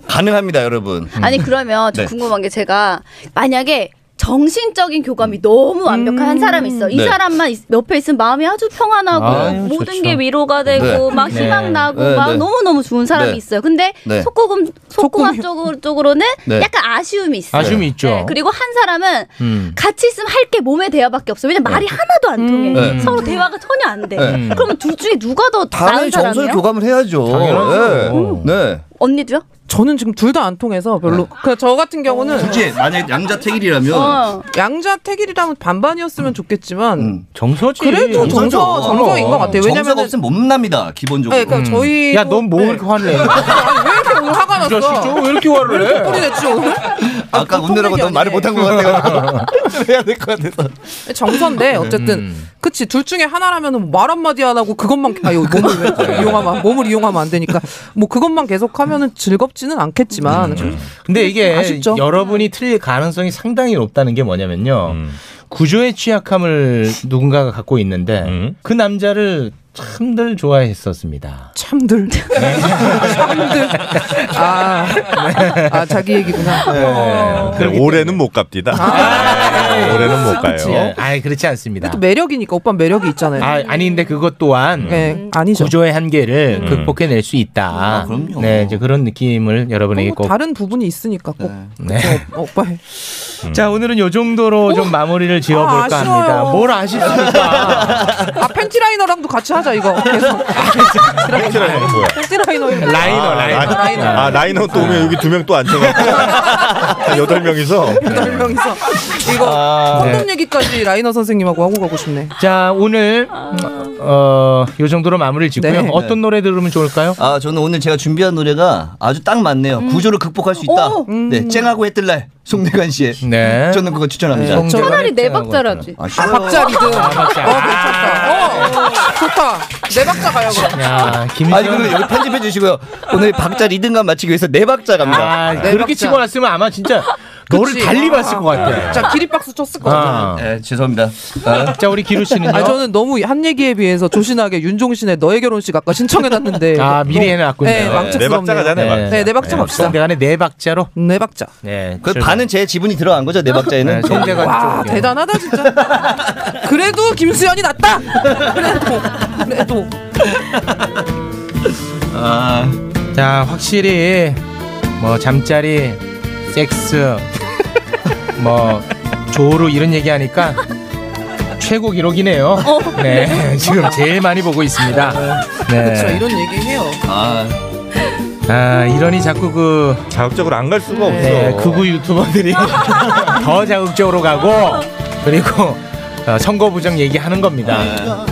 Speaker 9: 가능합니다, 여러분.
Speaker 6: 음.
Speaker 10: 아니 그러면 저
Speaker 9: 네.
Speaker 10: 궁금한 게 제가 만약에 정신적인 교감이 너무 완벽한
Speaker 5: 음.
Speaker 10: 한 사람이 있어. 이
Speaker 9: 네.
Speaker 10: 사람만 있- 옆에 있으면 마음이 아주 평안하고
Speaker 9: 아유,
Speaker 10: 모든
Speaker 9: 좋죠.
Speaker 10: 게 위로가 되고
Speaker 9: 네.
Speaker 10: 막
Speaker 9: 네.
Speaker 10: 희망 나고
Speaker 9: 네,
Speaker 10: 막
Speaker 9: 네.
Speaker 10: 너무 너무 좋은 사람이
Speaker 9: 네.
Speaker 10: 있어요. 근데
Speaker 9: 네.
Speaker 10: 속고금 속궁합 쪽으로, 쪽으로는
Speaker 9: 네.
Speaker 10: 약간 아쉬움이 있어요.
Speaker 5: 아쉬움이 있죠.
Speaker 10: 네, 그리고 한 사람은
Speaker 5: 음.
Speaker 10: 같이 있으면 할 게 몸에 대화밖에 없어. 왜냐 면 말이 하나도 안 통해.
Speaker 9: 네.
Speaker 10: 서로 대화가 전혀 안 돼.
Speaker 9: 네.
Speaker 10: 그러면 둘 중에 누가 더 나은
Speaker 9: 당연히 정서를
Speaker 10: 사람이에요?
Speaker 9: 교감을 해야죠.
Speaker 5: 당연하죠. 어.
Speaker 9: 네. 네.
Speaker 10: 언니도요?
Speaker 8: 저는 지금 둘 다 안 통해서 별로.
Speaker 5: 네.
Speaker 8: 그저 같은
Speaker 5: 어,
Speaker 8: 경우는
Speaker 9: 굳이 만약에 양자택일이라면
Speaker 10: 어.
Speaker 8: 양자택일이라면 반반이었으면 좋겠지만
Speaker 5: 정서지.
Speaker 8: 그래도 정서
Speaker 9: 음. 정서죠. 음.
Speaker 8: 정서인 것 같아요.
Speaker 9: 정서가
Speaker 8: 왜냐면
Speaker 9: 없으면 못 납니다, 기본적으로.
Speaker 8: 네, 그러니까 저희
Speaker 5: 야, 넌 뭐 이렇게 화를 내?
Speaker 8: 아니, 왜 이렇게 오늘 화가 났어?
Speaker 5: 진짜 왜 이렇게 화를 내?
Speaker 8: 소리 냈지 오늘? 그
Speaker 9: 아까
Speaker 8: 운내라고
Speaker 9: 운내라고
Speaker 8: 너무
Speaker 9: 너무
Speaker 8: 말을
Speaker 9: 말을
Speaker 8: 못한
Speaker 9: 못한 것 같아요. 해야 될 것 같아서.
Speaker 8: 정서인데
Speaker 5: 음.
Speaker 8: 어쨌든 그치 둘 중에 하나라면 말 한마디 안 하고 그것만 아 이거 몸을
Speaker 5: 네.
Speaker 8: 왜 이용하면 몸을 이용하면 안 되니까 뭐 그것만 계속 하면은 즐겁지는 않겠지만
Speaker 5: 음. 근데 이게
Speaker 8: 아쉽죠.
Speaker 5: 여러분이 틀릴 가능성이 상당히 높다는 게 뭐냐면요.
Speaker 9: 음.
Speaker 5: 구조의 취약함을 누군가가 갖고 있는데
Speaker 9: 음.
Speaker 5: 그 남자를 참들 좋아했었습니다.
Speaker 8: 참들 참들 아, 아 자기 얘기구나 어,
Speaker 9: 그
Speaker 6: 네, 올해는 못 갑디다.
Speaker 8: 아,
Speaker 6: 올해는 못 가요. 네.
Speaker 5: 예. 아이 아, 네. 그렇지 않습니다.
Speaker 8: 또 매력이니까 오빠 매력이 있잖아요
Speaker 5: 아, 아닌데 그것 또한
Speaker 8: 네 아니죠
Speaker 5: 구조의 한계를 극복해낼 수 있다.
Speaker 9: 아, 그럼요.
Speaker 5: 네, 이제 그런 느낌을 여러분에게
Speaker 8: 뭐
Speaker 5: 꼭.
Speaker 8: 다른 부분이 있으니까 꼭
Speaker 5: 어. 네.
Speaker 8: 어, 오빠의
Speaker 5: 자, 오늘은 요 정도로 좀 마무리를 지어볼까
Speaker 8: 아, 아쉬워요.
Speaker 5: 합니다. 뭘 아쉽습니까?
Speaker 8: 아 팬티 라이너랑도 같이 하자 이거 계속
Speaker 6: 팬티 라이너 뭐야?
Speaker 8: 팬티 라이너
Speaker 5: 아, 네.
Speaker 8: 이거.
Speaker 5: 라이너, 라이너.
Speaker 8: 아, 라이너.
Speaker 6: 아 라이너 또 오면 여기 두 명 또 앉혀가지고 여덟 명이서 네. 아,
Speaker 8: 여덟 명이서
Speaker 5: 네.
Speaker 8: 이거 콘돔 얘기까지 라이너 선생님하고 하고 가고 싶네.
Speaker 5: 자, 오늘 어, 요 정도로 마무리를 짓고요.
Speaker 9: 네.
Speaker 5: 어떤 노래 들으면 좋을까요?
Speaker 9: 아 저는 오늘 제가 준비한 노래가 아주 딱
Speaker 8: 음.
Speaker 9: 맞네요. 구조를 극복할 수 있다. 네, 쨍하고 해뜰날 송대관 씨의
Speaker 5: 네.
Speaker 9: 저는 그거 추천합니다.
Speaker 10: 차라리 내 박자라지.
Speaker 9: 아,
Speaker 8: 아, 박자 리듬. 좋다. 내 박자 가요 그럼.
Speaker 5: 야, 김
Speaker 9: 아니 그리고 여기 편집해 주시고요. 오늘 박자 리듬감 맞추기 위해서 네 박자 갑니다.
Speaker 5: 아, 그렇게 치고 왔으면 아마 진짜 너를
Speaker 8: 그치.
Speaker 5: 달리 봤을 것 같아.
Speaker 8: 자 기립박수 쳤을 거
Speaker 5: 아.
Speaker 8: 같아.
Speaker 9: 네, 죄송합니다.
Speaker 5: 자 우리 기루 씨는요?
Speaker 8: 아 저는 너무 한 얘기에 비해서 조신하게 윤종신의 너의 결혼식 아까 신청해놨는데
Speaker 5: 아, 미리 해놨군요.
Speaker 8: 네, 망쳤네요. 네, 네 박자 갑시다.
Speaker 5: 송대관의 네 박자로.
Speaker 8: 네 박자.
Speaker 5: 네.
Speaker 9: 그 반은 제 지분이 들어간 거죠 네 박자에는.
Speaker 5: 네, 송대관
Speaker 8: 와 대단하다 진짜. 그래도 김수현이 낫다. 그래도 그래도.
Speaker 5: 아, 자 확실히 뭐 잠자리, 섹스, 뭐 조루 이런 얘기하니까 최고 기록이네요.
Speaker 8: 어,
Speaker 5: 네, 지금 제일 많이 보고 있습니다.
Speaker 8: 그렇죠
Speaker 5: 네.
Speaker 8: 이런 얘기 해요.
Speaker 9: 아,
Speaker 5: 아 이러니 자꾸 그
Speaker 6: 자극적으로 안 갈 수가
Speaker 5: 네,
Speaker 6: 없어.
Speaker 5: 극우 유튜버들이 더 자극적으로 가고 그리고 어, 선거 부정 얘기하는 겁니다.
Speaker 8: 아.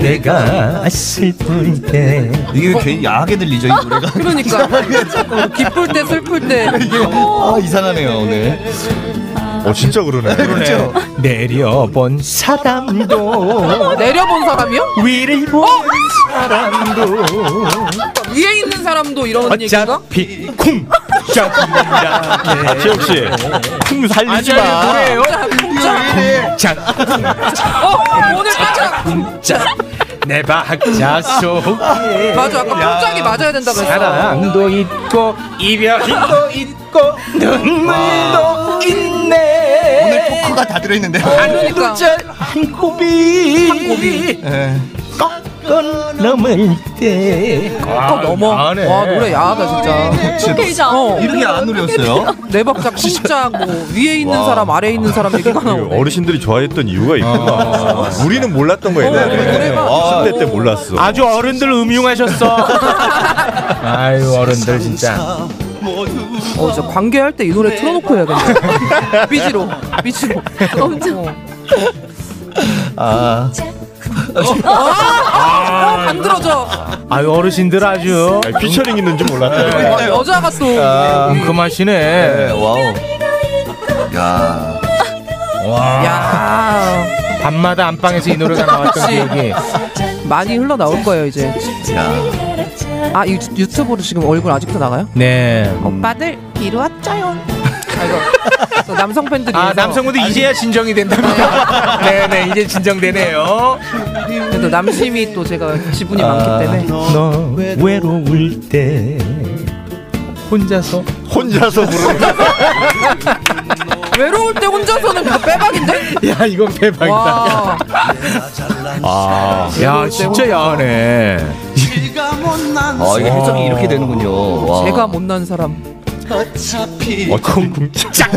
Speaker 5: 내가 슬플 때
Speaker 9: 이게 괜히 야하게 들리죠 이 노래가.
Speaker 8: 그러니까 기쁠 때 슬플 때
Speaker 9: 아 이상하네요 오늘.
Speaker 6: 어 진짜 그러네. 그렇죠.
Speaker 5: 그러네요. 내려본 사람도
Speaker 8: 내려본 사람이요? 어?
Speaker 5: 위를 본 사람도
Speaker 8: 위에 있는 사람도 이런 얘기인가?
Speaker 5: 어차피 쿵짝이라네
Speaker 6: 아, 지혁 씨. 풍 살리지
Speaker 8: 아,
Speaker 6: 마.
Speaker 5: 노래예요.
Speaker 8: 어 오늘 깜짝
Speaker 5: 쿵짝쿵짝내 박자 속에
Speaker 8: 맞아 아까 깜짝이 맞아야 된다 그랬어.
Speaker 5: 사랑도 있고 이별도 있고 눈물도 있네
Speaker 9: 오늘 포커가 다 들어있는데.
Speaker 5: 한 두절 한 고비 한 고비 꺾어 넘을 때
Speaker 8: 아, 넘어. 와
Speaker 5: 아, 나네.
Speaker 8: 노래 야하다 진짜.
Speaker 10: 어떻게 이제 안
Speaker 8: 어. 네
Speaker 9: 이렇게 안 노렸어요?
Speaker 8: 내 박자 쿵짝 뭐 위에 있는
Speaker 9: 와.
Speaker 8: 사람 아래 에 있는 사람 얘기가 나오네.
Speaker 6: 어르신들이 좋아했던 이유가 있구나. 우리는 몰랐던 거예요.
Speaker 8: 어, 노래가
Speaker 6: 아, 10대 때
Speaker 8: 어.
Speaker 6: 몰랐어.
Speaker 5: 아주 어른들 음흉하셨어 아유 어른들 진짜
Speaker 8: 어, 진짜 관계할 때 이 노래 틀어놓고 해야겠네. 삐지로, 삐지로. 어. 엄청.
Speaker 9: 아
Speaker 8: 어, 아, 안 들어져.
Speaker 5: 아유 어르신들 아주 네.
Speaker 6: 아니, 피처링 있는 줄 몰랐다.
Speaker 8: 어, 여자가 또.
Speaker 9: 아,
Speaker 5: 아, 웅큼하시네
Speaker 9: 네, 와우. 야
Speaker 8: 야,
Speaker 5: 밤마다 안방에서 이 노래가 나왔던
Speaker 8: 그치.
Speaker 5: 기억이
Speaker 8: 많이 흘러나올 거예요, 이제. 아, 이 유- 유튜브로 지금 얼굴 아직도 나가요?
Speaker 5: 네.
Speaker 8: 오빠들, 뒤로 왔자요. 아이고. 또 남성 팬들이.
Speaker 5: 아
Speaker 8: 있어서.
Speaker 5: 남성분들 이제야 진정이 된답니다 네네 이제 진정되네요
Speaker 8: 그래도 남심이 또 제가 지분이 많기 때문에.
Speaker 5: 아, 너 외로울 때 혼자서
Speaker 6: 혼자서 부르는 거.
Speaker 8: 외로울 때 혼자서는 뭐 빼박인데?
Speaker 5: 야 이건 대박이다
Speaker 8: 와.
Speaker 6: 아,
Speaker 5: 야 진짜 야하네
Speaker 9: 아, 이게 해석이 이렇게 되는군요. 와.
Speaker 8: 제가 뭐 못난 사람.
Speaker 6: 어쩜 쿵짝.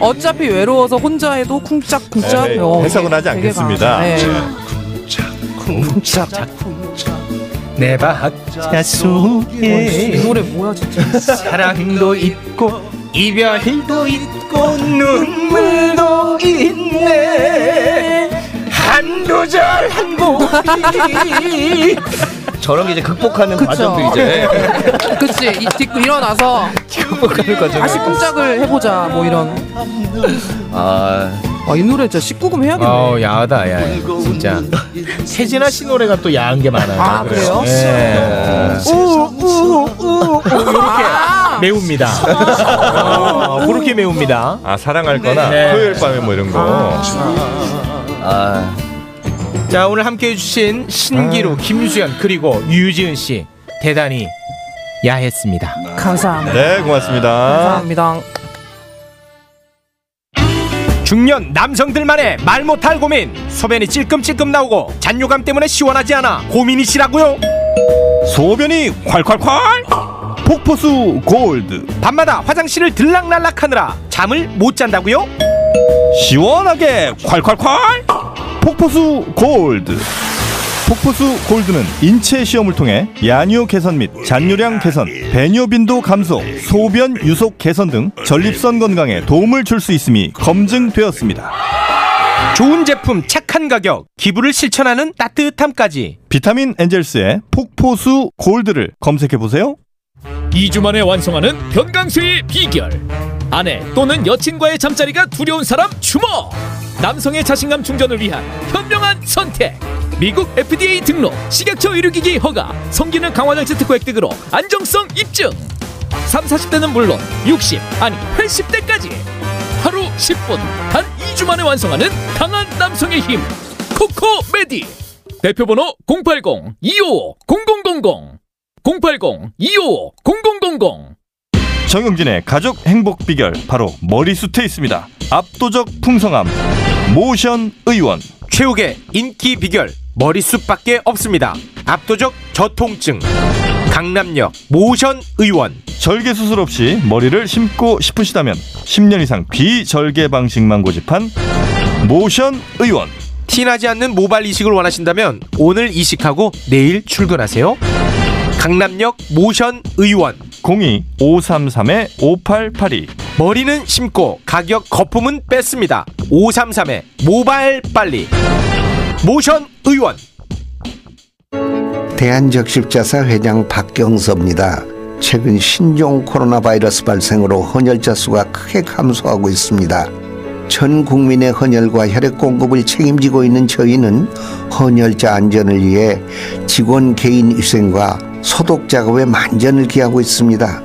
Speaker 8: 어차피 외로워서 혼자 해도 쿵짝쿵짝
Speaker 6: 네, 네.
Speaker 8: 어,
Speaker 6: 해석은 하지
Speaker 8: 되게
Speaker 6: 않겠습니다.
Speaker 8: 많아요. 네.
Speaker 5: 내 박자 속에
Speaker 8: 이 노래 뭐야 진짜
Speaker 5: 사랑도 있고 이별도 있고 눈물도 있네 한두절 한곡이
Speaker 9: 저런 게 이제 극복하는 과정도 이제
Speaker 8: 네.
Speaker 9: 네.
Speaker 8: 그치 이, 뒷- 일어나서
Speaker 9: 극복하는 과정.
Speaker 8: 다시 쿵짝을 해보자 뭐 이런
Speaker 9: 아
Speaker 8: 아, 이 노래 진짜 19금 해야겠네
Speaker 5: 어 야하다 야 진짜 세진아 씨 노래가 또 야한 게 많아요
Speaker 8: 아, 그래요?
Speaker 5: 예.
Speaker 8: 아,
Speaker 5: 매웁니다 어, 그렇게 매웁니다
Speaker 6: 아, 사랑할 거나
Speaker 5: 네.
Speaker 6: 토요일 밤에 뭐 이런 거.
Speaker 9: 아.
Speaker 5: 자 오늘 함께해 주신
Speaker 6: 아.
Speaker 5: 신기루 김수현 그리고 유지은 씨 대단히 야했습니다
Speaker 8: 감사합니다
Speaker 6: 네, 고맙습니다.
Speaker 8: 감사합니다
Speaker 4: 중년 남성들만의 말 못할 고민 소변이 찔끔찔끔 나오고 잔뇨감 때문에 시원하지 않아 고민이시라고요?
Speaker 6: 소변이 콸콸콸. 폭포수 골드.
Speaker 4: 밤마다 화장실을 들락날락하느라 잠을 못 잔다고요?
Speaker 6: 시원하게 콸콸콸 폭포수 골드 폭포수 골드는 인체 시험을 통해 야뇨 개선 및 잔뇨량 개선, 배뇨 빈도 감소, 소변 유속 개선 등 전립선 건강에 도움을 줄 수 있음이 검증되었습니다.
Speaker 4: 좋은 제품, 착한 가격, 기부를 실천하는 따뜻함까지.
Speaker 6: 비타민 엔젤스의 폭포수 골드를 검색해 보세요.
Speaker 11: 2주 만에 완성하는 변강수의 비결 아내 또는 여친과의 잠자리가 두려운 사람 주목 남성의 자신감 충전을 위한 현명한 선택 미국 FDA 등록 식약처 의료기기 허가 성기능 강화장치 특허 획득으로 안정성 입증 3, 40대는 물론 60 아니 80대까지 하루 10분 단 2주 만에 완성하는 강한 남성의 힘 코코메디 대표번호 080-255-0000 080-255-0000
Speaker 6: 정영진의 가족 행복 비결 바로 머리숱에 있습니다. 압도적 풍성함 모션 의원
Speaker 4: 최욱의 인기 비결 머리숱밖에 없습니다. 압도적 저통증 강남역 모션 의원
Speaker 6: 절개 수술 없이 머리를 심고 싶으시다면 10년 이상 비절개 방식만 고집한 모션 의원
Speaker 4: 티나지 않는 모발 이식을 원하신다면 오늘 이식하고 내일 출근하세요. 강남역 모션 의원
Speaker 6: 02-533-5882
Speaker 4: 머리는 심고 가격 거품은 뺐습니다. 533에 모발 빨리 모션 의원
Speaker 12: 대한적십자사 회장 박경섭입니다. 최근 신종 코로나 바이러스 발생으로 헌혈자 수가 크게 감소하고 있습니다. 전 국민의 헌혈과 혈액 공급을 책임지고 있는 저희는 헌혈자 안전을 위해 직원 개인 위생과 소독 작업에 만전을 기하고 있습니다.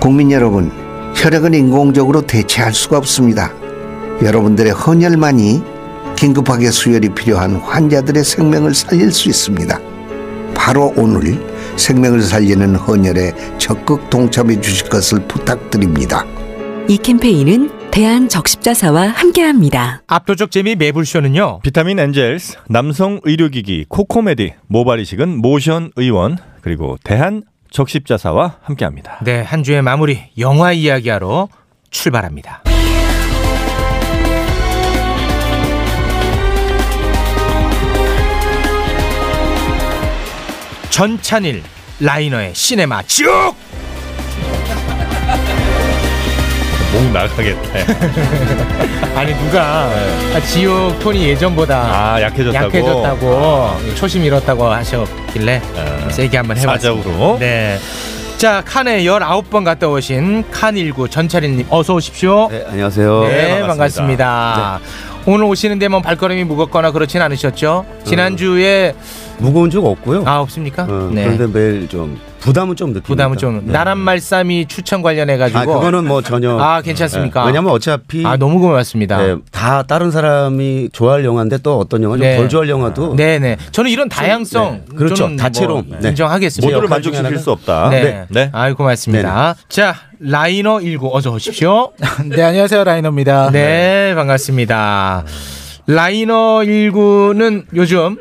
Speaker 12: 국민 여러분, 혈액은 인공적으로 대체할 수가 없습니다. 여러분들의 헌혈만이 긴급하게 수혈이 필요한 환자들의 생명을 살릴 수 있습니다. 바로 오늘 생명을 살리는 헌혈에 적극 동참해 주실 것을 부탁드립니다.
Speaker 1: 이 캠페인은 대한적십자사와 함께합니다.
Speaker 6: 압도적 재미 매불쇼는요. 비타민 엔젤스, 남성 의료기기 코코메디, 모발 이식은 모션 의원, 그리고 대한 적십자사와 함께합니다.
Speaker 4: 네, 한 주의 마무리 영화 이야기하러 출발합니다. 전찬일 라이너의 시네마 지옥
Speaker 6: 목 나가겠다.
Speaker 5: 아니 누가 아, 지옥 톤이 예전보다
Speaker 6: 네. 아, 약해졌다고?
Speaker 5: 약해졌다고, 초심 잃었다고 하셨길래
Speaker 13: 아,
Speaker 5: 세게 한번 해봤습니다.
Speaker 6: 사적으로?
Speaker 5: 네. 자 칸에 19번 갔다 오신 칸 19 전차리님 어서 오십시오. 네,
Speaker 13: 안녕하세요. 네.
Speaker 5: 반갑습니다. 오늘 오시는 데만 뭐 발걸음이 무겁거나 그렇진 않으셨죠? 지난주에
Speaker 13: 무거운 적 없고요.
Speaker 5: 아 없습니까?
Speaker 13: 어,
Speaker 5: 네.
Speaker 13: 그런데 매일 좀 부담은 좀 느끼고
Speaker 5: 부담은 좀 나란 말싸미 추천 관련해 가지고
Speaker 13: 네. 아 그거는 뭐 전혀
Speaker 5: 아 괜찮습니까?
Speaker 13: 예. 왜냐면 어차피
Speaker 5: 아 너무 고맙습니다.
Speaker 13: 예, 다 다른 사람이 좋아할 영화인데 또 어떤 영화
Speaker 5: 네.
Speaker 13: 좀 덜 좋아할 영화도
Speaker 5: 네네 저는 이런 다양성
Speaker 13: 네. 그렇죠.
Speaker 5: 저는 뭐
Speaker 13: 다채로움. 네.
Speaker 5: 인정하겠습니다.
Speaker 13: 모두를 만족시킬 수 없다.
Speaker 5: 네.
Speaker 13: 네.
Speaker 5: 아유 고맙습니다. 자 라이너 19 어서 오십시오. 네 안녕하세요 라이너입니다. 네 반갑습니다. 라이너 19는 요즘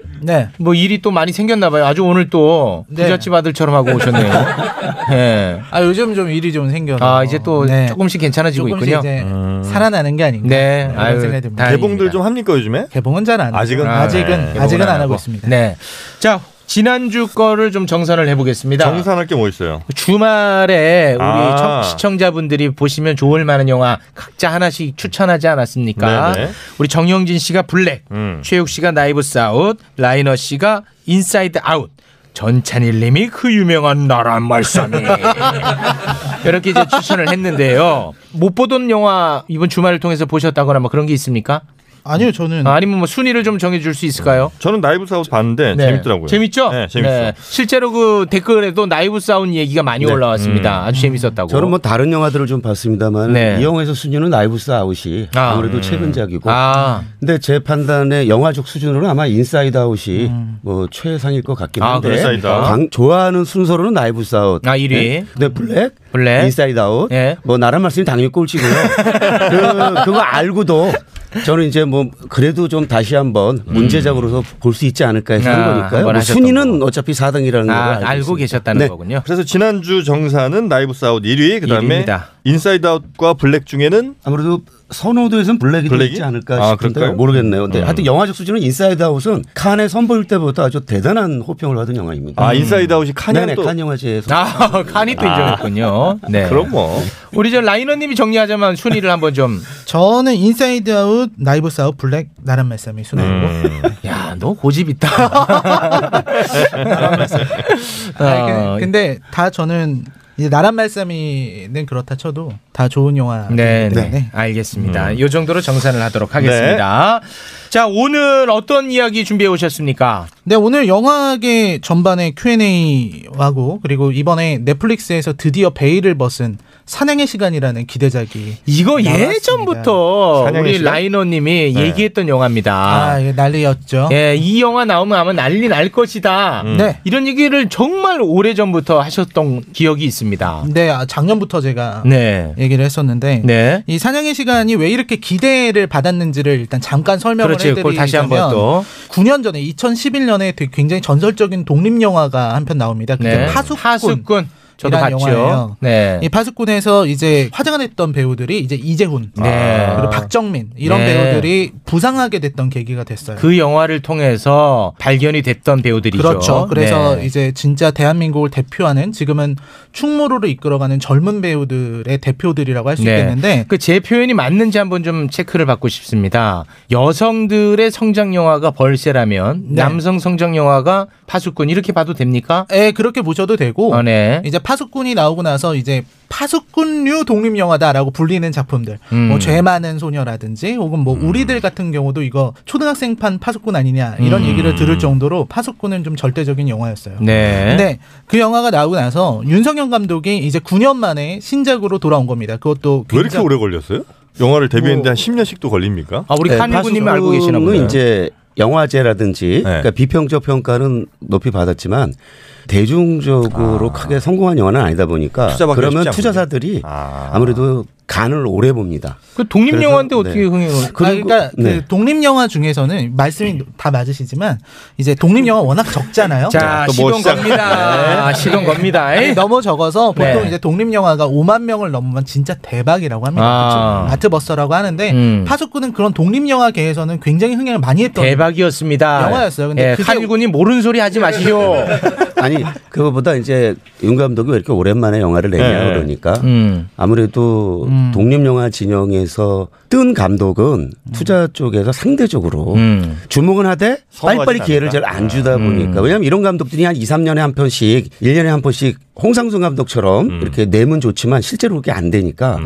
Speaker 5: 뭐 일이 또 많이 생겼나 봐요. 아주 오늘 또
Speaker 14: 네.
Speaker 5: 부잣집 아들처럼 하고 오셨네요. 네.
Speaker 14: 아 요즘 좀 일이 좀 생겨서
Speaker 5: 아 이제 또 조금씩 괜찮아지고
Speaker 14: 조금씩
Speaker 5: 있군요. 음.
Speaker 14: 이제 살아나는 게 아닌가
Speaker 5: 네,
Speaker 14: 이런
Speaker 5: 아유,
Speaker 14: 생각이 듭니다.
Speaker 5: 개봉들
Speaker 6: 좀 합니까 요즘에?
Speaker 14: 개봉은 잘 안
Speaker 5: 아직은?
Speaker 14: 아, 아직은
Speaker 5: 네.
Speaker 14: 아직은
Speaker 5: 개봉은
Speaker 14: 안 하고
Speaker 5: 하고.
Speaker 14: 있습니다.
Speaker 5: 네. 자 지난주 거를 좀 정산을 해보겠습니다.
Speaker 6: 정산할 게 뭐 있어요?
Speaker 5: 그 주말에 우리
Speaker 6: 아.
Speaker 5: 청- 시청자분들이 보시면 좋을 만한 영화 각자 하나씩 추천하지 않았습니까?
Speaker 6: 네네. 음.
Speaker 5: 우리 정영진 씨가 블랙, 최욱 씨가 나이브 사웃, 라이너 씨가 인사이드 아웃. 전찬일님이 그 유명한 나란 말씀이 이렇게 이제 추천을 했는데요. 못 보던 영화 이번 주말을 통해서 보셨다거나 뭐 그런 게 있습니까?
Speaker 14: 아니요 저는
Speaker 5: 아, 아니면 뭐 순위를 좀 정해줄 수 있을까요?
Speaker 6: 저는 나이브 사우스 봤는데
Speaker 5: 네.
Speaker 6: 재밌더라고요.
Speaker 5: 재밌죠?
Speaker 6: 네, 재밌어요.
Speaker 5: 실제로 그 댓글에도 나이브 사운 얘기가 많이
Speaker 13: 네.
Speaker 5: 올라왔습니다. 아주 재밌었다고.
Speaker 13: 저는 뭐 다른 영화들을 좀 봤습니다만
Speaker 5: 네.
Speaker 13: 이 영화에서 순위는 나이브스 아웃이
Speaker 5: 아.
Speaker 13: 아. 무래도
Speaker 5: 음.
Speaker 13: 최근작이고
Speaker 5: 아.
Speaker 13: 근데 제 판단에 영화적 수준으로는 아마 인사이드 아웃이 뭐 최상일 것 같긴
Speaker 5: 음. 아,
Speaker 13: 한데
Speaker 5: 그렇습니까?
Speaker 13: 강- 좋아하는 순서로는 나이브스 아웃 네.
Speaker 5: 아, 1위.
Speaker 13: 근데 블랙,
Speaker 5: 블랙. 예.
Speaker 13: 인사이드 아웃 뭐 나란 말씀이 당연히 꼴찌고요 그, 그거 알고도 저는 이제 뭐 그래도 좀 다시 한번 문제작으로서 볼 수 있지 않을까 해서
Speaker 5: 음. 아,
Speaker 13: 한 거니까요
Speaker 5: 한번
Speaker 13: 뭐
Speaker 5: 하셨던
Speaker 13: 순위는 어차피 4등이라는
Speaker 5: 아,
Speaker 13: 걸 알고,
Speaker 5: 알고
Speaker 13: 있습니다.
Speaker 5: 계셨다는
Speaker 13: 네.
Speaker 5: 거군요.
Speaker 6: 그래서 지난주 정산은 나이브 사우스 1위, 그다음에
Speaker 13: 일위입니다.
Speaker 6: 인사이드 아웃과 블랙 중에는
Speaker 13: 아무래도 선호도에서는 블랙이, 더
Speaker 6: 블랙이?
Speaker 13: 있지 않을까
Speaker 6: 아,
Speaker 13: 싶은데
Speaker 6: 그럴까요?
Speaker 13: 모르겠네요. 근데
Speaker 6: 음.
Speaker 13: 하여튼 영화적 수준은 인사이드 아웃은 칸의 선보일 때보다 아주 대단한 호평을 받은 영화입니다.
Speaker 6: 아, 인사이드 아웃이 칸이랑
Speaker 13: 음. 네네,
Speaker 6: 또-
Speaker 13: 칸 영화제에서
Speaker 5: 아, 칸이 또 인정했군요. 네.
Speaker 6: 그럼 뭐.
Speaker 5: 우리 저 라이너님이 정리하자면 순위를 한번 좀.
Speaker 14: 저는 인사이드 아웃, 나이브 사웃, 블랙, 나란 말씀이 순하고.
Speaker 5: 야, 너 음. 어, 고집 있다.
Speaker 14: 아, 근데, 근데 다 저는 이제 나란 말씀이는 그렇다 쳐도 다 좋은 영화.
Speaker 5: 네, 네. 알겠습니다. 이 정도로 정산을 하도록 하겠습니다. 자, 오늘 어떤 이야기 준비해 오셨습니까?
Speaker 14: 네 오늘 영화계 전반에 Q&A하고 그리고 이번에 넷플릭스에서 드디어 베일을 벗은 사냥의 시간이라는 기대작이
Speaker 5: 이거 예?
Speaker 14: 나왔습니다.
Speaker 5: 예전부터
Speaker 14: 사냥의
Speaker 5: 우리
Speaker 14: 시간?
Speaker 5: 라이너님이
Speaker 14: 네.
Speaker 5: 얘기했던 영화입니다.
Speaker 14: 아 이거 난리였죠.
Speaker 5: 예, 이 영화 나오면 아마 난리 날 것이다.
Speaker 14: 음. 네.
Speaker 5: 이런 얘기를 정말 오래 전부터 하셨던 기억이 있습니다.
Speaker 14: 네 아, 작년부터 제가
Speaker 5: 네.
Speaker 14: 얘기를 했었는데
Speaker 5: 네.
Speaker 14: 이 사냥의 시간이 왜 이렇게 기대를 받았는지를 일단 잠깐 설명을
Speaker 5: 그렇지, 그걸
Speaker 14: 해드리자면
Speaker 5: 다시 한번 또.
Speaker 14: 9년 전에 2011년에 되게 굉장히 전설적인 독립 영화가 한 편 나옵니다. 그게
Speaker 5: 네.
Speaker 14: 파수꾼.
Speaker 5: 파수꾼. 저도
Speaker 14: 이라는
Speaker 5: 봤죠.
Speaker 14: 영화예요.
Speaker 5: 네.
Speaker 14: 이 파수꾼에서 이제 화제가 됐던 배우들이 이제 이재훈
Speaker 5: 네.
Speaker 14: 그리고 박정민 이런
Speaker 5: 네.
Speaker 14: 배우들이 부상하게 됐던 계기가 됐어요.
Speaker 5: 그 영화를 통해서 발견이 됐던 배우들이죠.
Speaker 14: 그렇죠. 그래서
Speaker 5: 네.
Speaker 14: 이제 진짜 대한민국을 대표하는 지금은 충무로를 이끌어가는 젊은 배우들의 대표들이라고 할 수 있겠는데
Speaker 5: 그 제 표현이 맞는지 한번 좀 체크를 받고 싶습니다. 여성들의 성장 영화가 벌새라면
Speaker 14: 네.
Speaker 5: 남성 성장 영화가 파수꾼 이렇게 봐도 됩니까?
Speaker 14: 예, 그렇게 보셔도 되고
Speaker 5: 어, 네.
Speaker 14: 이제 파수꾼이 나오고 나서 이제 파수꾼류 독립 영화다라고 불리는 작품들
Speaker 5: 음.
Speaker 14: 뭐죄 많은 소녀라든지 혹은 뭐 우리들 같은 경우도 이거 초등학생판 파수꾼 아니냐 이런
Speaker 5: 음.
Speaker 14: 얘기를 들을 정도로 파수꾼은 좀 절대적인 영화였어요.
Speaker 5: 네.
Speaker 14: 근데 그 영화가 나오고 나서 윤석영 감독이 이제 9년 만에 신작으로 돌아온 겁니다. 그것도
Speaker 6: 왜 이렇게
Speaker 14: 굉장히-
Speaker 6: 오래 걸렸어요? 영화를 데뷔했는데 한 10년씩도 걸립니까?
Speaker 13: 아,
Speaker 14: 네,
Speaker 13: 파수꾼은 이제
Speaker 6: 네.
Speaker 13: 영화제라든지 그러니까 비평적 평가는 높이 받았지만
Speaker 6: 아.
Speaker 13: 대중적으로 크게 성공한 영화는 아니다 보니까
Speaker 5: 투자받기가
Speaker 13: 그러면
Speaker 5: 쉽지 않군요.
Speaker 13: 투자사들이 아. 무래도 간을 오래 봅니다.
Speaker 5: 그 독립
Speaker 13: 그래서,
Speaker 5: 영화인데
Speaker 13: 네.
Speaker 5: 어떻게 흥행을?
Speaker 14: 그
Speaker 13: 네.
Speaker 14: 그러니까
Speaker 13: 음.
Speaker 14: 그 독립 영화 중에서는 말씀이 다 맞으시지만 이제 독립 영화 워낙
Speaker 13: 네,
Speaker 14: 적잖아요.
Speaker 5: 자, 또뭐 시동 시작. 겁니다. 네. 시동 겁니다.
Speaker 14: 아니, 너무 적어서 보통
Speaker 5: 네.
Speaker 14: 이제 독립 영화가 5만 명을 넘으면 진짜 대박이라고 합니다.
Speaker 5: 아.
Speaker 14: 그쵸? 아트버스라고 하는데
Speaker 5: 음.
Speaker 14: 파수꾼은 그런 독립 영화계에서는 굉장히 흥행을 많이 했던
Speaker 5: 대박이었습니다.
Speaker 14: 아, 영화였어요. 근데
Speaker 13: 네,
Speaker 5: 예,
Speaker 14: 그게-
Speaker 5: 한일군님 모르는 소리
Speaker 14: 예.
Speaker 5: 하지 마시오.
Speaker 13: 아니 그거보다 이제 윤 감독이 왜 이렇게 오랜만에 영화를 내냐
Speaker 5: 네.
Speaker 13: 그러니까
Speaker 5: 음.
Speaker 13: 아무래도 독립 영화 진영에서 뜬 감독은 투자 쪽에서 상대적으로
Speaker 5: 음.
Speaker 13: 주목은 하되
Speaker 6: 선호하진
Speaker 13: 빨리빨리 기회를 잘
Speaker 6: 않는다.
Speaker 13: 안 주다 보니까 왜냐하면 이런 감독들이 한 2, 3년에 한 편씩 1년에 한 편씩 홍상순 감독처럼
Speaker 5: 음.
Speaker 13: 이렇게 내면 좋지만 실제로 그게 안 되니까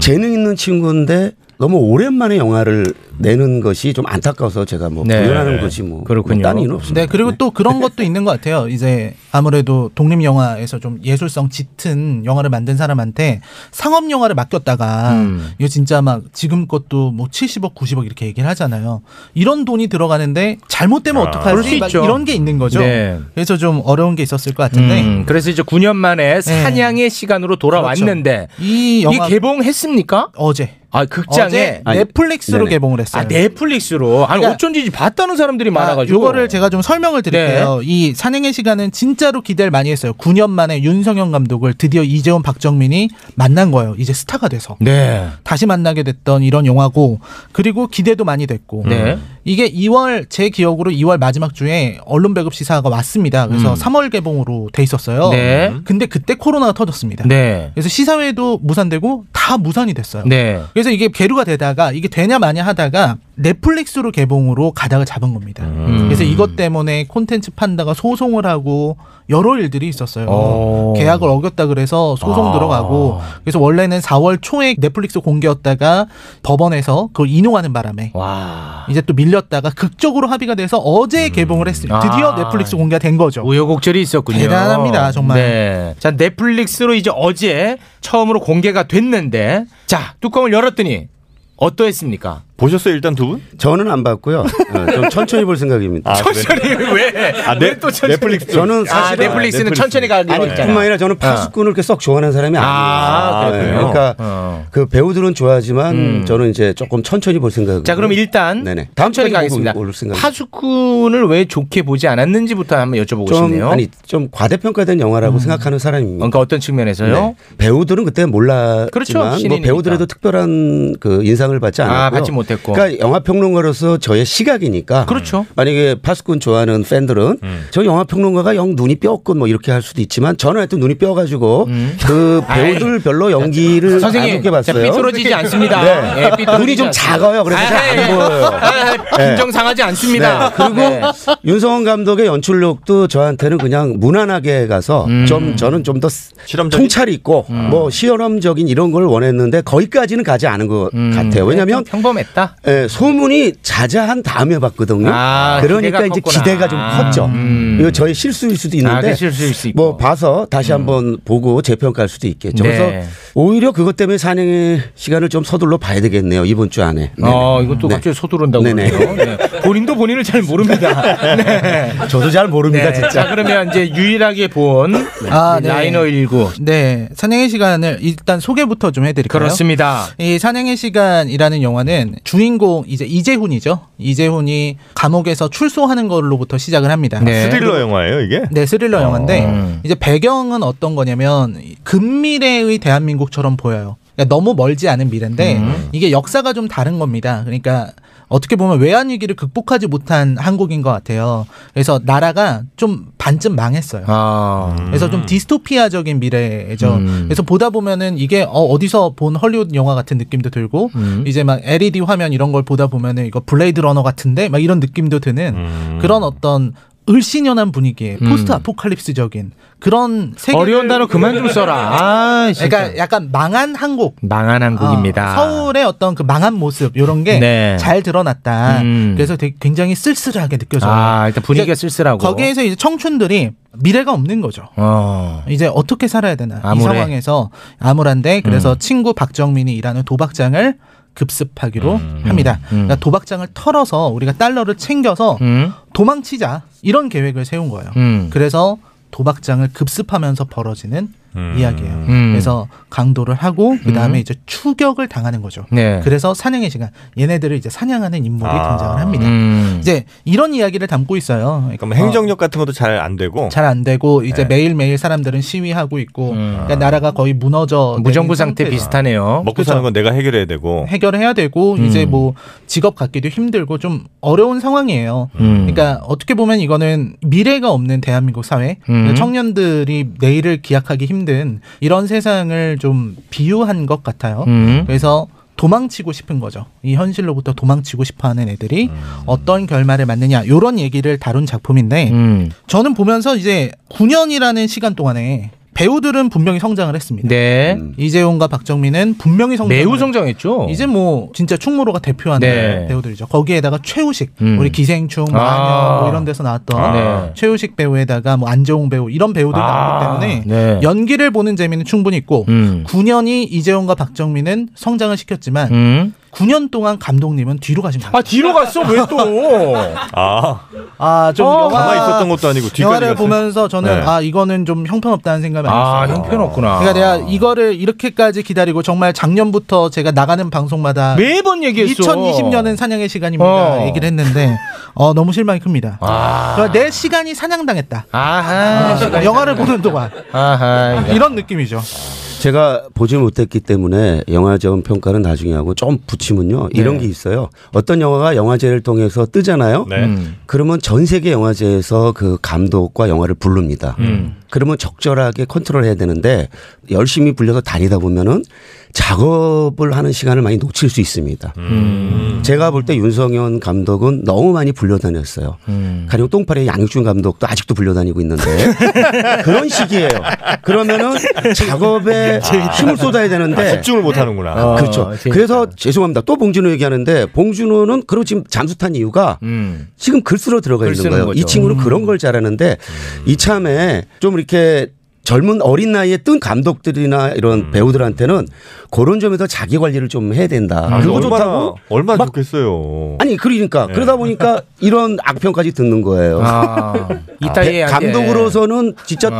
Speaker 13: 재능 있는 친구인데 너무 오랜만에 영화를 내는 것이 좀 안타까워서 제가 뭐
Speaker 5: 네.
Speaker 13: 부연하는 거지 뭐
Speaker 5: 그렇군요.
Speaker 13: 딴 이유는 없습니다.
Speaker 14: 네, 그리고 또 그런 것도 있는 것 같아요. 이제 아무래도 독립 영화에서 좀 예술성 짙은 영화를 만든 사람한테 상업 영화를 맡겼다가
Speaker 5: 음.
Speaker 14: 이거 진짜 막 지금 것도 뭐 70억, 90억 이렇게 얘기를 하잖아요. 이런 돈이 들어가는데 잘못되면
Speaker 5: 아, 그럴 수
Speaker 14: 어떡하지? 막
Speaker 5: 있죠.
Speaker 14: 이런 게 있는 거죠.
Speaker 5: 네.
Speaker 14: 그래서 좀 어려운 게 있었을 것 같은데.
Speaker 5: 음, 그래서 이제 9년 만에 사냥의 시간으로 돌아왔는데
Speaker 14: 예. 그렇죠. 이 영화-
Speaker 5: 개봉했습니까?
Speaker 14: 어제.
Speaker 5: 아 극장에
Speaker 14: 어제 넷플릭스로
Speaker 5: 아니, 네네.
Speaker 14: 개봉을 했어요.
Speaker 5: 아 넷플릭스로 아니
Speaker 14: 그러니까-
Speaker 5: 어쩐지 봤다는 사람들이 많아가지고. 네.
Speaker 14: 요거를 제가 좀 설명을 드릴게요. 네. 이 산행의 시간은 진짜로 기대를 많이 했어요. 9년 만에 윤성현 감독을 드디어 이재훈 박정민이 만난 거예요. 이제 스타가 돼서.
Speaker 5: 네.
Speaker 14: 다시 만나게 됐던 이런 영화고 그리고 기대도 많이 됐고.
Speaker 5: 네.
Speaker 14: 이게 2월 제 기억으로 2월 마지막 주에 언론 배급 시사가 왔습니다. 그래서
Speaker 5: 음.
Speaker 14: 3월 개봉으로 돼 있었어요.
Speaker 5: 네.
Speaker 14: 근데 그때 코로나가 터졌습니다.
Speaker 5: 네.
Speaker 14: 그래서 시사회도 무산되고 다 무산이 됐어요.
Speaker 5: 네.
Speaker 14: 그래서 이게 계류가 되다가 이게 되냐 마냐 하다가 넷플릭스로 개봉으로 가닥을 잡은
Speaker 4: 음.
Speaker 14: 겁니다.
Speaker 9: 네.
Speaker 14: 그래서 이것 때문에 콘텐츠 판다가 소송을 하고 여러 일들이 있었어요.
Speaker 5: 오.
Speaker 14: 계약을 어겼다 그래서 소송
Speaker 5: 아.
Speaker 14: 들어가고 그래서 원래는 4월 초에 넷플릭스 공개였다가 법원에서 그걸 인용하는 바람에 이제 또 밀렸다가 극적으로 합의가 돼서 어제 개봉을 했습니다. 드디어
Speaker 5: 아.
Speaker 14: 넷플릭스 공개가 된 거죠.
Speaker 5: 우여곡절이 있었군요.
Speaker 14: 대단합니다, 정말.
Speaker 5: 네. 자 넷플릭스로 이제 어제 처음으로 공개가 됐는데 자 뚜껑을 열었더니 어떠했습니까?
Speaker 6: 보셨어요 일단 두 분?
Speaker 13: 저는 안 봤고요. 어, 좀 천천히 볼 생각입니다.
Speaker 6: 아, 그래요?
Speaker 4: 왜?
Speaker 6: 아, 네, 또 천천히. 넷플릭스.
Speaker 13: 저는
Speaker 4: 아,
Speaker 13: 사실
Speaker 4: 넷플릭스는 천천히 가는 거
Speaker 13: 아니,
Speaker 4: 있잖아요.
Speaker 13: 뿐만 아니라 저는
Speaker 4: 아.
Speaker 13: 파수꾼을 이렇게 썩 좋아하는 사람이
Speaker 4: 아,
Speaker 13: 아니에요.
Speaker 4: 그렇군요.
Speaker 13: 그러니까
Speaker 4: 어.
Speaker 13: 그 배우들은 좋아하지만
Speaker 4: 음.
Speaker 13: 저는 이제 조금 천천히 볼 생각.
Speaker 4: 자, 그럼 일단
Speaker 13: 네네. 다음
Speaker 4: 천천히
Speaker 13: 주에
Speaker 4: 가겠습니다.
Speaker 13: 볼 생각.
Speaker 4: 파수꾼을 왜 좋게 보지 않았는지부터 한번 여쭤보고
Speaker 13: 좀
Speaker 4: 싶네요. 음.
Speaker 13: 아니 좀 과대평가된 영화라고 생각하는 사람입니다.
Speaker 4: 그러니까 어떤 측면에서요?
Speaker 13: 네. 배우들은 그때 몰랐지만
Speaker 4: 그렇죠,
Speaker 13: 뭐
Speaker 4: 신인이니까.
Speaker 13: 배우들에도 특별한 그 인상을 받지
Speaker 4: 아,
Speaker 13: 않았고요.
Speaker 4: 받지 못했고.
Speaker 13: 그러니까 영화 평론가로서 저의 시각이니까.
Speaker 4: 그렇죠. 음.
Speaker 13: 만약에 파스꾼 좋아하는 팬들은 저 영화 평론가가 영 눈이 뼈었군 뭐 이렇게 할 수도 있지만 저는 하여튼 눈이 뼈가지고 그 배우들 별로 연기를
Speaker 4: 음. 선생님,
Speaker 13: 안 좋게
Speaker 4: 자,
Speaker 13: 봤어요. 네.
Speaker 4: 삐뚤어지지 않습니다. 예, 삐뚤어지지
Speaker 13: 눈이 좀
Speaker 4: 않-
Speaker 13: 작아요. 그래서
Speaker 4: 아,
Speaker 13: 잘
Speaker 4: 예.
Speaker 13: 안 보여요.
Speaker 4: 아,
Speaker 13: 네.
Speaker 4: 감정 상하지 않습니다.
Speaker 13: 네. 그리고 윤성원 감독의 연출력도 저한테는 그냥 무난하게 가서
Speaker 4: 음.
Speaker 13: 좀 저는 좀 더 통찰이 있고 뭐 실험적인 이런 걸 원했는데 거기까지는 가지 않은 것 같아요. 왜냐하면
Speaker 4: 음. 평범했다.
Speaker 13: 예, 소문이 자자한 다음에 봤거든요.
Speaker 4: 아,
Speaker 13: 그러니까
Speaker 4: 기대가
Speaker 13: 이제
Speaker 4: 컸구나.
Speaker 13: 기대가 좀 컸죠.
Speaker 4: 음.
Speaker 13: 이거 저의 실수일 수도
Speaker 4: 아,
Speaker 13: 있는데
Speaker 4: 그 실수일 수 있고. 음.
Speaker 13: 뭐 봐서 다시 한번 보고 재평가할 수도 있겠죠.
Speaker 4: 네.
Speaker 13: 그래서 오히려 그것 때문에 산행의 시간을 좀 서둘러 봐야 되겠네요. 네. 이번 주 안에.
Speaker 4: 어, 이것도 갑자기 서두른다고 그러네요. 본인도 본인을 잘 모릅니다. 네.
Speaker 13: 저도 잘 모릅니다,
Speaker 4: 네.
Speaker 13: 진짜.
Speaker 4: 자, 그러면 이제 유일하게 본
Speaker 14: 아, 네.
Speaker 4: 라이너 19.
Speaker 14: 네, 사냥의 시간을 일단 소개부터 좀 해드릴까요?
Speaker 4: 그렇습니다.
Speaker 14: 이 사냥의 시간이라는 영화는 주인공 이제 이재훈이죠. 이재훈이 감옥에서 출소하는 걸로부터 시작을 합니다.
Speaker 13: 네.
Speaker 6: 아, 스릴러 영화예요 이게?
Speaker 14: 네, 스릴러 영화인데
Speaker 6: 음.
Speaker 14: 이제 배경은 어떤 거냐면 이 근미래의 대한민국처럼 보여요. 그러니까 너무 멀지 않은 미래인데
Speaker 6: 음.
Speaker 14: 이게 역사가 좀 다른 겁니다. 그러니까 어떻게 보면 외환 위기를 극복하지 못한 한국인 것 같아요. 그래서 나라가 좀 반쯤 망했어요.
Speaker 4: 아.
Speaker 14: 그래서
Speaker 4: 음.
Speaker 14: 좀 디스토피아적인 미래죠. 그래서 보다 보면은 이게 어, 디서본 헐리우드 영화 같은 느낌도 들고
Speaker 4: 음.
Speaker 14: 이제 막 LED 화면 이런 걸 보다 보면은 이거 블레이드 러너 같은데 막 이런 느낌도 드는 그런 어떤 을신연한 분위기의
Speaker 4: 음.
Speaker 14: 포스트 아포칼립스적인 그런 세계
Speaker 4: 어려운 단어 그만 좀 써라. 아, 진짜.
Speaker 14: 그러니까 약간 망한 한국
Speaker 4: 망한 한국입니다.
Speaker 14: 아, 서울의 어떤 그 망한 모습 이런 게
Speaker 4: 네.
Speaker 14: 잘 드러났다.
Speaker 4: 음.
Speaker 14: 그래서 되게 굉장히 쓸쓸하게 느껴져요.
Speaker 4: 아, 일단 분위기가
Speaker 14: 그러니까
Speaker 4: 쓸쓸하고.
Speaker 14: 거기에서 이제 청춘들이 미래가 없는 거죠.
Speaker 4: 어.
Speaker 14: 이제 어떻게 살아야 되나
Speaker 4: 암울해.
Speaker 14: 이 상황에서 암울한데 그래서 친구 박정민이 일하는 도박장을 급습하기로 합니다. 그러니까 도박장을 털어서 우리가 달러를 챙겨서 도망치자 이런 계획을 세운 거예요.
Speaker 4: 음.
Speaker 14: 그래서 도박장을 급습하면서 벌어지는 이야기예요.
Speaker 4: 음.
Speaker 14: 그래서 강도를 하고 그 다음에 이제 추격을 당하는 거죠.
Speaker 4: 네.
Speaker 14: 그래서 사냥의 시간 얘네들을 이제 사냥하는 인물이
Speaker 6: 아.
Speaker 14: 등장을 합니다.
Speaker 6: 음.
Speaker 14: 이제 이런 이야기를 담고 있어요. 그러니까
Speaker 6: 그럼 뭐 행정력 같은 것도 잘 안 되고.
Speaker 14: 잘 안 되고
Speaker 6: 네.
Speaker 14: 이제 매일매일 사람들은 시위하고 있고
Speaker 6: 음.
Speaker 14: 그러니까 나라가 거의 어, 무너져 그렇죠.
Speaker 6: 무정부
Speaker 14: 상태
Speaker 4: 비슷하네요.
Speaker 6: 아, 먹고 사는 건 내가 해결해야 되고.
Speaker 14: 해결해야 되고
Speaker 6: 음.
Speaker 14: 이제 뭐 직업 갖기도 힘들고 좀 어려운 상황이에요.
Speaker 6: 음.
Speaker 14: 그러니까 어떻게 보면 이거는 미래가 없는 대한민국 사회,
Speaker 4: 음.
Speaker 14: 청년들이 내일을 기약하기 힘든 이런 세상을 좀 비유한 것 같아요.
Speaker 4: 음.
Speaker 14: 그래서 도망치고 싶은 거죠. 이 현실로부터 도망치고 싶어하는 애들이 어떤 결말을 맞느냐 이런 얘기를 다룬 작품인데 저는 보면서 이제 9년이라는 시간 동안에 배우들은 분명히 성장을 했습니다.
Speaker 4: 네.
Speaker 14: 이재용과 박정민은 분명히 성장.
Speaker 4: 매우 성장했죠.
Speaker 14: 이제 뭐 진짜 충무로가 대표하는
Speaker 4: 네.
Speaker 14: 배우들이죠. 거기에다가 최우식,
Speaker 4: 음.
Speaker 14: 우리 기생충, 마녀
Speaker 4: 아.
Speaker 14: 뭐 이런 데서 나왔던
Speaker 4: 아.
Speaker 14: 최우식 배우에다가 뭐 안재홍 배우 이런 배우들
Speaker 4: 아.
Speaker 14: 나왔기 때문에
Speaker 4: 네.
Speaker 14: 연기를 보는 재미는 충분히 있고
Speaker 4: 음.
Speaker 14: 9년이 이재용과 박정민은 성장을 시켰지만 9년 동안 감독님은 뒤로 가신 거예요.
Speaker 4: 음. 아, 뒤로 갔어? 왜 또?
Speaker 6: 아.
Speaker 14: 아, 좀
Speaker 4: 어,
Speaker 14: 영화,
Speaker 4: 가만히
Speaker 6: 있었던 것도 아니고 뒤까지
Speaker 14: 영화를
Speaker 6: 갔어요?
Speaker 14: 보면서 저는
Speaker 6: 네.
Speaker 14: 아 이거는 좀 형편없다는 생각이 많이
Speaker 4: 아,
Speaker 14: 들었어요.
Speaker 4: 형편없구나.
Speaker 14: 그러니까 내가 이거를 이렇게까지 기다리고 정말 작년부터 제가 나가는 방송마다
Speaker 4: 매번 얘기했어.
Speaker 14: 2020년은 사냥의 시간입니다.
Speaker 4: 어.
Speaker 14: 얘기를 했는데 어, 너무 실망이 큽니다.
Speaker 6: 아.
Speaker 14: 그러니까 내 시간이 사냥당했다. 아,
Speaker 4: 시간이
Speaker 14: 영화를 보는 동안 이런 느낌이죠.
Speaker 13: 제가 보지 못했기 때문에 영화제원 평가는 나중에 하고 좀 붙이면요 이런 게 있어요. 어떤 영화가 영화제를 통해서 뜨잖아요.
Speaker 6: 네. 음.
Speaker 13: 그러면 전 세계 영화제에서 그 감독과 영화를 부릅니다.
Speaker 6: 음.
Speaker 13: 그러면 적절하게 컨트롤해야 되는데 열심히 불려서 다니다 보면은 작업을 하는 시간을 많이 놓칠 수 있습니다.
Speaker 6: 음.
Speaker 13: 제가 볼 때 윤성현 감독은 너무 많이 불려다녔어요.
Speaker 6: 음.
Speaker 13: 가령 똥파리의 양육준 감독도 아직도 불려다니고 있는데 그런 시기예요. 그러면은 작업에 힘을 쏟아야 되는데
Speaker 6: 네. 아, 집중을 못 하는구나.
Speaker 13: 아, 그렇죠. 그래서 죄송합니다. 또 봉준호 얘기하는데 봉준호는 그리고 지금 잠수탄 이유가
Speaker 4: 음.
Speaker 13: 지금 글 쓰러 들어가
Speaker 4: 글
Speaker 13: 있는
Speaker 4: 쓰는
Speaker 13: 거예요. 이
Speaker 4: 거죠.
Speaker 6: 음.
Speaker 13: 친구는 그런 걸 잘하는데 이참에 좀 이렇게 젊은 어린 나이에 뜬 감독들이나 이런
Speaker 6: 음.
Speaker 13: 배우들한테는 그런 점에서 자기 관리를 좀 해야 된다.
Speaker 6: 아,
Speaker 13: 그리고
Speaker 6: 얼마나-
Speaker 13: 좋다고
Speaker 6: 얼마나
Speaker 13: 막-
Speaker 6: 좋겠어요.
Speaker 13: 아니 그러니까
Speaker 6: 네.
Speaker 13: 그러다 보니까 이런 악평까지 듣는 거예요.
Speaker 6: 아,
Speaker 5: 이따위에
Speaker 13: 배-
Speaker 5: 안 돼.
Speaker 13: 감독으로서는 진짜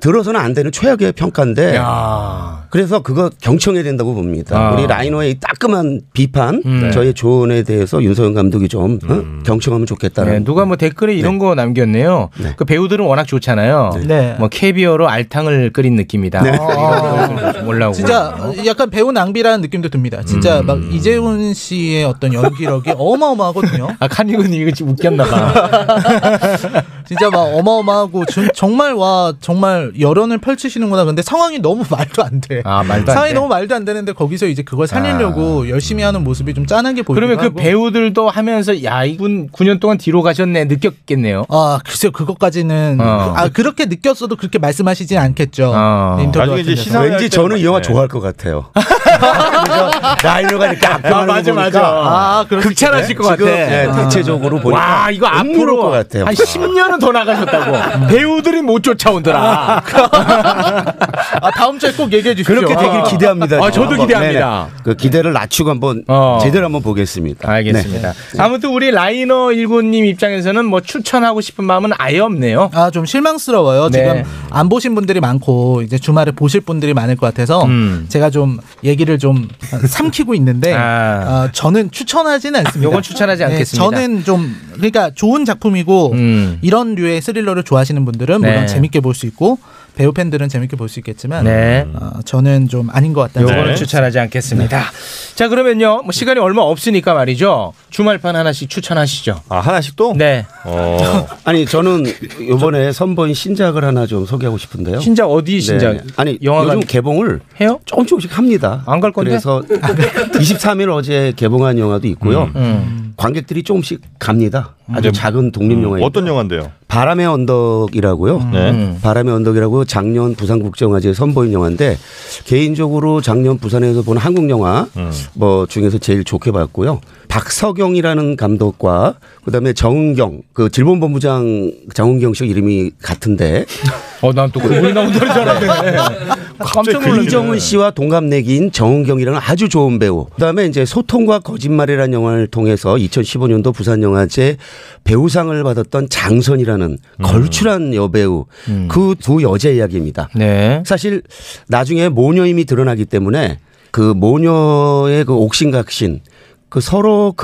Speaker 13: 들어서는 안 되는 최악의 평가인데. 아. 그래서 그거 경청해야 된다고 봅니다.
Speaker 5: 아.
Speaker 13: 우리 라이너의 이 따끔한 비판,
Speaker 5: 음.
Speaker 13: 저의 조언에 대해서 윤서영 감독이 좀 어? 경청하면 좋겠다는.
Speaker 5: 네, 누가 뭐 댓글에 이런 거 남겼네요. 그 배우들은 워낙 좋잖아요.
Speaker 14: 네.
Speaker 5: 뭐 캐비어로 알탕을 끓인 느낌이다. 뭐
Speaker 14: 네.
Speaker 5: 이런 것들 좀 올라오고.
Speaker 14: 진짜 약간 배우 낭비라는 느낌도 듭니다.
Speaker 6: 음.
Speaker 14: 진짜 막 이재훈 씨의 어떤 연기력이 어마어마하거든요.
Speaker 5: 아 카니군 이거 지금 웃겼나 봐.
Speaker 14: 아, 네. 진짜 막 어마어마하고 진- 정말 와 정말 열연을 펼치시는구나. 근데 상황이 너무 말도 안 돼.
Speaker 5: 아, 말도 안
Speaker 14: 상황이
Speaker 5: 돼?
Speaker 14: 너무 말도 안 되는데 거기서 이제 그걸
Speaker 13: 아.
Speaker 14: 살리려고 열심히 하는 모습이 좀 짠하게 보이고.
Speaker 5: 그러면 그 배우들도 하면서 야 이분 9년 동안 뒤로 가셨네 느꼈겠네요.
Speaker 14: 아 글쎄요 그것까지는
Speaker 5: 어.
Speaker 14: 아 그렇게 느꼈어도 그렇게 말씀하시진 않겠죠.
Speaker 13: 아.
Speaker 5: 어.
Speaker 14: 인터뷰
Speaker 5: 나중에
Speaker 14: 같은
Speaker 5: 이제
Speaker 14: 데서.
Speaker 5: 시상회 할
Speaker 13: 왠지 저는 네. 이 영화 좋아할 것 같아요. 라이너가 이렇게
Speaker 5: 아,
Speaker 13: 악평하는 거
Speaker 5: 맞아,
Speaker 13: 보니까
Speaker 5: 맞아. 아, 그럴 수
Speaker 13: 극찬하실
Speaker 5: 있겠네.
Speaker 13: 것
Speaker 5: 지금,
Speaker 13: 같아.
Speaker 5: 네,
Speaker 13: 아.
Speaker 5: 대체적으로
Speaker 13: 대체적으로
Speaker 5: 보니까
Speaker 13: 보니까
Speaker 5: 와 이거
Speaker 13: 억울할
Speaker 5: 앞으로
Speaker 13: 것 같아요.
Speaker 5: 한 10년은 더 나가셨다고 배우들이 못 음. 쫓아온더라.
Speaker 14: 아, 다음 주에 꼭 얘기해 주십시오.
Speaker 13: 그렇게 되길
Speaker 14: 아.
Speaker 13: 기대합니다.
Speaker 5: 아,
Speaker 13: 저는
Speaker 5: 저도
Speaker 13: 한번.
Speaker 5: 기대합니다.
Speaker 13: 네네. 그 어. 기대를 낮추고 한번 제대로 한번 보겠습니다. 네.
Speaker 5: 알겠습니다. 아무튼 우리 라이너 일군님 입장에서는 뭐 추천하고 싶은 마음은 아예 없네요.
Speaker 14: 아 좀 실망스러워요.
Speaker 5: 네.
Speaker 14: 지금 안 보신 분들이 많고 이제 주말에 보실 분들이 많을 것 같아서
Speaker 5: 음.
Speaker 14: 제가 좀 얘기를 좀 삼키고 있는데 아, 저는 추천하지는 않습니다. 네,
Speaker 5: 요건 추천하지 않겠습니다. 음.
Speaker 14: 저는 좀 그러니까 좋은 작품이고 이런 류의 스릴러를 좋아하시는 분들은
Speaker 5: 네.
Speaker 14: 물론 재밌게 볼 수 있고 배우 팬들은 재밌게 볼 수 있겠지만
Speaker 5: 네.
Speaker 14: 어, 저는 좀 아닌 것 같다는
Speaker 5: 요거는
Speaker 14: 생각이
Speaker 5: 추천하지 않겠습니다. 자 그러면요 뭐 시간이 얼마 없으니까 말이죠 주말판 하나씩 추천하시죠.
Speaker 6: 아 하나씩 또?
Speaker 5: 네.
Speaker 6: 어.
Speaker 13: 아니 저는 이번에 선보인 신작을 하나 좀 소개하고 싶은데요. 네.
Speaker 5: 신작 어디 신작?
Speaker 13: 아니
Speaker 5: 영화관-
Speaker 13: 요즘 개봉을
Speaker 5: 해요?
Speaker 13: 조금 조금씩 합니다. 안 갈
Speaker 5: 건데?
Speaker 13: 그래서 23일 어제 개봉한 영화도 있고요.
Speaker 5: 음,
Speaker 13: 관객들이 조금씩 갑니다. 아주 작은 독립 영화예요.
Speaker 6: 음, 어떤 영화인데요?
Speaker 13: 바람의 언덕이라고요.
Speaker 5: 음.
Speaker 6: 네.
Speaker 13: 바람의 언덕이라고 작년 부산국제영화제에 선보인 영화인데 개인적으로 작년 부산에서 본 한국 영화
Speaker 5: 음.
Speaker 13: 뭐 중에서 제일 좋게 봤고요. 박서경이라는 감독과 그다음에 정은경 그 질본 본부장 정은경 씨 이름이 같은데
Speaker 5: 어난 또 그분이 나온다는 줄 알았네. 깜짝 놀랐네.
Speaker 13: 이정은 씨와 동갑내기인 정은경이라는 아주 좋은 배우. 그다음에 이제 소통과 거짓말이라는 영화를 통해서 2015년도 부산 영화제 배우상을 받았던 장선이라는
Speaker 5: 음.
Speaker 13: 걸출한 여배우 그 두 여자 이야기입니다.
Speaker 5: 네.
Speaker 13: 사실 나중에 모녀임이 드러나기 때문에 그 모녀의 그 옥신각신 그 서로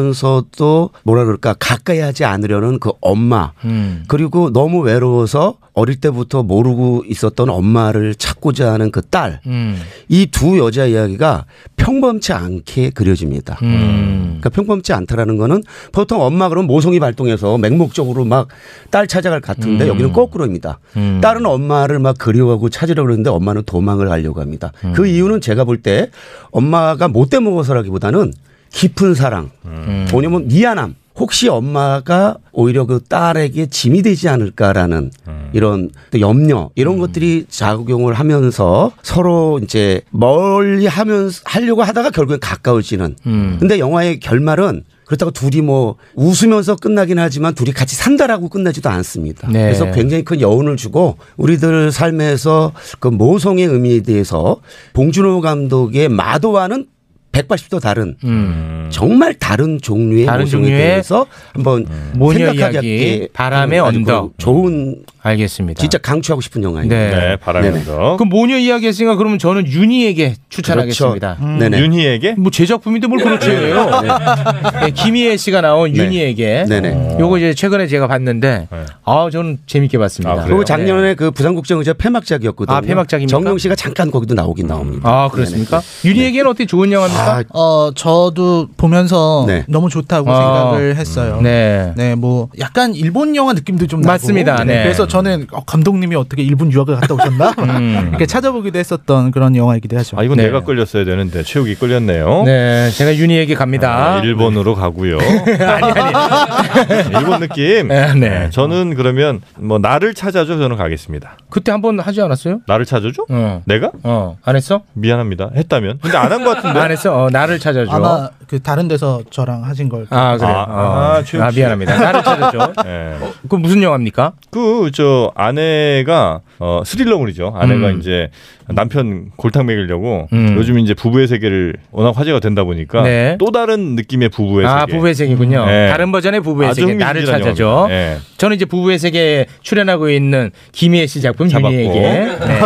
Speaker 13: 그리워하면서도 뭐라 그럴까 가까이 하지 않으려는 그 엄마
Speaker 4: 음.
Speaker 13: 그리고 너무 외로워서 어릴 때부터 모르고 있었던 엄마를 찾고자 하는 그 딸.
Speaker 4: 음.
Speaker 13: 이 두 여자 이야기가 평범치 않게 그려집니다. 그러니까 평범치 않다라는 거는 보통 엄마 그러면 모성이 발동해서 맹목적으로 막 딸 찾아갈 것 같은데
Speaker 6: 음.
Speaker 13: 여기는 거꾸로입니다. 딸은 엄마를 막 그리워하고 찾으려고 그러는데 엄마는 도망을 가려고 합니다. 그 이유는 제가 볼 때 엄마가 못돼 먹어서라기보다는 깊은 사랑,
Speaker 9: 음.
Speaker 13: 뭐냐면 미안함. 혹시 엄마가 오히려 그 딸에게 짐이 되지 않을까라는 이런 또 염려 이런 것들이 작용을 하면서 서로 이제 멀리 하면서 하려고 하다가 결국엔 가까워지는. 근데 영화의 결말은 그렇다고 둘이 뭐 웃으면서 끝나긴 하지만 둘이 같이 산다라고 끝나지도 않습니다.
Speaker 5: 네.
Speaker 13: 그래서 굉장히 큰 여운을 주고 우리들 삶에서 그 모성의 의미에 대해서 봉준호 감독의 마도와는 180도 다른
Speaker 4: 음.
Speaker 13: 정말 다른 종류의
Speaker 5: 음. 다른
Speaker 13: 모성에
Speaker 5: 종류의
Speaker 13: 대해서 한번
Speaker 5: 모녀
Speaker 13: 생각하게
Speaker 5: 이야기,
Speaker 13: 할게
Speaker 5: 바람의
Speaker 13: 아주 그
Speaker 5: 언덕.
Speaker 13: 좋은
Speaker 5: 알겠습니다.
Speaker 13: 진짜 강추하고 싶은 영화입니다.
Speaker 5: 네. 네, 바람의
Speaker 13: 네네.
Speaker 5: 그 모녀 이야기 했으니까 그러면 저는 윤희에게 추천하겠습니다.
Speaker 13: 그렇죠. 음. 네네.
Speaker 6: 윤희에게?
Speaker 5: 뭐 제 작품인데 뭘 그렇지 해요. 네, 김희애 씨가 나온
Speaker 13: 네.
Speaker 5: 윤희에게.
Speaker 13: 네네.
Speaker 5: 어. 요거 이제 최근에 제가 봤는데
Speaker 6: 네.
Speaker 5: 아, 저는 재밌게 봤습니다.
Speaker 13: 그리고 작년에 그 부산국제영화제 폐막작이었거든요.
Speaker 5: 아, 폐막작입니까?
Speaker 13: 정용 씨가 잠깐 거기도 나오긴 나옵니다.
Speaker 5: 아, 그렇습니까?
Speaker 6: 네,
Speaker 5: 윤희에게는 어떻게 좋은
Speaker 6: 아,
Speaker 5: 영화입니까?
Speaker 14: 어 저도 보면서
Speaker 5: 네.
Speaker 14: 너무 좋다고
Speaker 5: 아,
Speaker 14: 생각을 했어요.
Speaker 5: 음. 네.
Speaker 14: 뭐 약간 일본 영화 느낌도 좀
Speaker 5: 맞습니다.
Speaker 14: 나고.
Speaker 5: 네.
Speaker 14: 그래서 저는 어, 감독님이 어떻게 일본 유학을 갔다 오셨나
Speaker 5: 음.
Speaker 14: 이렇게 찾아보기도 했었던 그런 영화이기도 하죠.
Speaker 6: 아 이건
Speaker 14: 네.
Speaker 6: 내가 끌렸어야 되는데 최욱이 끌렸네요.
Speaker 5: 네, 제가 윤희에게 갑니다.
Speaker 6: 아, 일본으로 가고요. 일본 느낌.
Speaker 5: 네, 네.
Speaker 6: 저는 그러면 뭐 나를 찾아줘 저는 가겠습니다.
Speaker 5: 그때 한 번 하지 않았어요?
Speaker 6: 나를 찾아줘?
Speaker 5: 어.
Speaker 6: 내가?
Speaker 5: 어. 안 했어?
Speaker 6: 미안합니다. 했다면. 근데 안 한 것 같은데.
Speaker 5: 안 있어. 어, 나를 찾아줘.
Speaker 14: 아마 그 다른 데서 저랑 하신 걸.
Speaker 5: 아 그래요.
Speaker 6: 아,
Speaker 5: 아,
Speaker 6: 아, 최욱 씨.
Speaker 5: 미안합니다. 나를 찾아줘. 어, 그 무슨 영화입니까?
Speaker 6: 예. 그 저 아내가 어, 스릴러물이죠. 아내가
Speaker 5: 음.
Speaker 6: 이제 남편 골탕 먹이려고
Speaker 5: 음.
Speaker 6: 요즘 이제 부부의 세계를 워낙 화제가 된다 보니까
Speaker 5: 네.
Speaker 6: 또 다른 느낌의 부부의
Speaker 5: 아
Speaker 6: 세계.
Speaker 5: 부부의 세계군요.
Speaker 6: 네.
Speaker 5: 다른 버전의 부부의
Speaker 6: 아주
Speaker 5: 세계 나를
Speaker 6: 흥미진진한
Speaker 5: 찾아줘.
Speaker 6: 영화입니다. 네.
Speaker 5: 저는 이제 부부의 세계에 출연하고 있는 김희애 씨 작품
Speaker 6: 잡았고.
Speaker 5: 윤희에게. 네.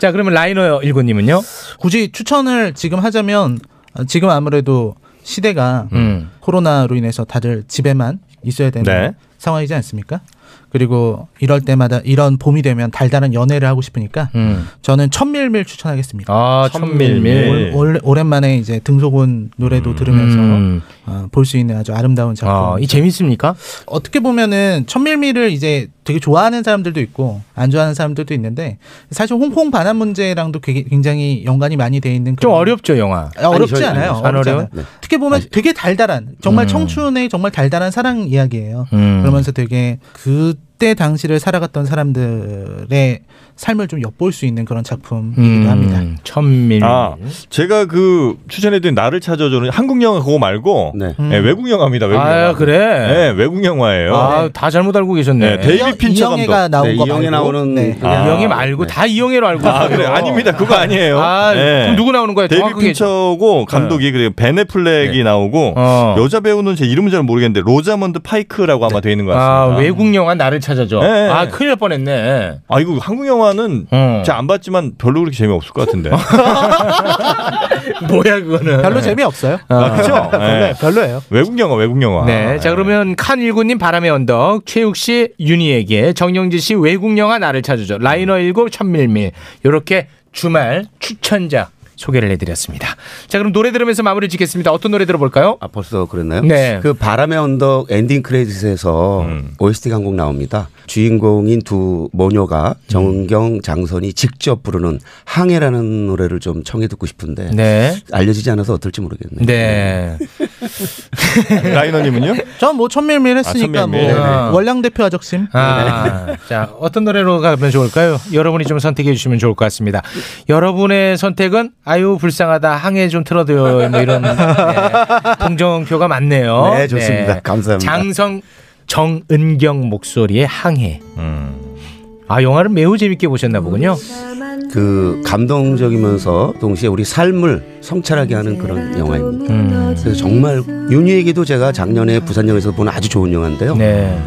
Speaker 5: 자 그러면 라이너 일구님은요?
Speaker 14: 굳이 추천을 지금 하자면 어, 지금 아무래도 시대가
Speaker 5: 음.
Speaker 14: 코로나로 인해서 다들 집에만 있어야 되는
Speaker 5: 네.
Speaker 14: 상황이지 않습니까? 그리고 이럴 때마다 이런 봄이 되면 달달한 연애를 하고 싶으니까
Speaker 5: 음.
Speaker 14: 저는 천밀밀 추천하겠습니다.
Speaker 5: 아 천밀밀.
Speaker 14: 올- 올- 오랜만에 이제 등소곤 노래도 들으면서 볼 수 있는 아주 아름다운 작품.
Speaker 5: 음. 아, 이 재밌습니까?
Speaker 14: 어떻게 보면은 천밀미를 이제 되게 좋아하는 사람들도 있고 안 좋아하는 사람들도 있는데 사실 홍콩 반환 문제랑도 되게- 굉장히 연관이 많이 돼 있는 좀
Speaker 5: 어렵죠 영화
Speaker 14: 어렵지
Speaker 5: 아니, 저희- 네.
Speaker 14: 않아요.
Speaker 5: 안
Speaker 14: 어렵지
Speaker 5: 어려워요?
Speaker 14: 않아요. 어떻게 보면 되게 달달한 정말 청춘의 정말 달달한 사랑 이야기예요.
Speaker 5: 음.
Speaker 14: 그러면서 되게 그때 당시를 살아갔던 사람들의 삶을 좀 엿볼 수 있는 그런 작품이기도 합니다.
Speaker 5: 음. 천밀.
Speaker 6: 아, 제가 그 추천해드린 나를 찾아줘는 한국 영화 그거 말고 네, 외국 영화입니다. 외국
Speaker 5: 음. 아,
Speaker 6: 영화.
Speaker 5: 그래?
Speaker 6: 네, 외국 영화예요.
Speaker 5: 아, 다 잘못 알고 계셨네. 네,
Speaker 6: 네, 데이비 핀처 감독.
Speaker 14: 네.
Speaker 6: 아,
Speaker 5: 그 이영애 말고 다 이영애로 알고
Speaker 6: 아,
Speaker 5: 있어요.
Speaker 6: 그래. 아닙니다. 그거 아니에요.
Speaker 5: 아,
Speaker 6: 네.
Speaker 5: 그럼 누구 나오는 거예요?
Speaker 6: 데이비
Speaker 5: 정확하게
Speaker 6: 핀처고 감독이 그리고 베네플렉이 나오고
Speaker 5: 어.
Speaker 6: 여자 배우는 제 이름은 잘 모르겠는데 로자먼드 파이크라고 아마 돼 있는 것
Speaker 5: 아,
Speaker 6: 같습니다.
Speaker 5: 외국 영화 나를 찾아줘.
Speaker 6: 네.
Speaker 5: 아, 어. 큰일 날 뻔했네.
Speaker 6: 아 이거 한국 영화는 제가 안 봤지만 별로 그렇게 재미없을 것 같은데.
Speaker 5: 뭐야 아, 그거는.
Speaker 14: 별로 재미없어요.
Speaker 6: 아, 그죠?
Speaker 5: 별로- 별로예요.
Speaker 6: 외국 영화, 외국 영화.
Speaker 5: 네. 자, 그러면 칸19님 바람의 언덕, 최욱 씨, 윤희에게, 정영지 씨 외국 영화 나를 찾아줘, 라이너19 천밀밀. 요렇게 주말 추천작 소개를 해드렸습니다. 자, 그럼 노래 들으면서 마무리 짓겠습니다. 어떤 노래 들어볼까요?
Speaker 13: 아, 벌써 그랬나요?
Speaker 5: 네. 음.
Speaker 13: 그 바람의 언덕 엔딩 크레딧에서 OST 가 한 곡 나옵니다. 주인공인 두 모녀가
Speaker 5: 음.
Speaker 13: 정은경, 장선이 직접 부르는 항해라는 노래를 좀 청해 듣고 싶은데
Speaker 5: 네.
Speaker 13: 알려지지 않아서 어떨지 모르겠네요.
Speaker 5: 네.
Speaker 6: 라이너님은요?
Speaker 14: 네. 전 뭐 천밀밀 했으니까
Speaker 5: 아, 천밀밀.
Speaker 14: 뭐
Speaker 5: 네네.
Speaker 14: 원량 대표 아적심. 네.
Speaker 13: 네.
Speaker 5: 아, 자, 어떤 노래로 가면 좋을까요? 여러분이 좀 선택해 주시면 좋을 것 같습니다. 여러분의 선택은 아유 불쌍하다 항해 좀 틀어줘요 뭐 이런 네, 동정표가 많네요.
Speaker 13: 네, 좋습니다. 감사합니다.
Speaker 5: 장성 정은경 목소리의 항해.
Speaker 13: 음.
Speaker 5: 아 영화를 매우 재밌게 보셨나 보군요.
Speaker 13: 그 감동적이면서 동시에 우리 삶을 성찰하게 하는 그런 영화입니다.
Speaker 5: 음.
Speaker 13: 그래서 정말 윤희에게도 제가 작년에 부산역에서 본 아주 좋은 영화인데요.
Speaker 5: 네.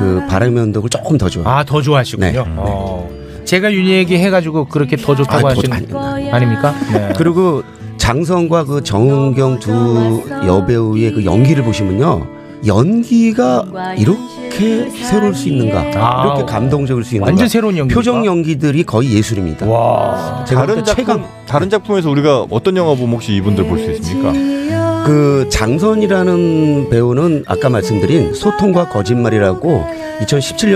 Speaker 13: 그 바람의 언덕을 조금 더 좋아.
Speaker 5: 아 더 좋아하시군요.
Speaker 13: 네.
Speaker 5: 어, 제가 윤희에게 해가지고 그렇게 더 좋다고
Speaker 13: 아, 더
Speaker 5: 하시는 아닙니까? 네.
Speaker 13: 그리고 장성과 그 정은경 두 여배우의 그 연기를 보시면요. 연기가 이렇게 새로울 수 있는가?
Speaker 5: 아,
Speaker 13: 이렇게 감동적일 수 있는가?
Speaker 5: 완전 새로운 연기입니까?
Speaker 13: 표정 연기들이 거의 예술입니다.
Speaker 5: 와.
Speaker 13: 제가
Speaker 6: 다른
Speaker 13: 다른
Speaker 6: 작품,
Speaker 13: 최근
Speaker 6: 다른 작품에서 우리가 어떤 영화 보면 혹시 이분들 볼 수 있습니까?
Speaker 13: 그 장선이라는 배우는 아까 말씀드린 소통과 거짓말이라고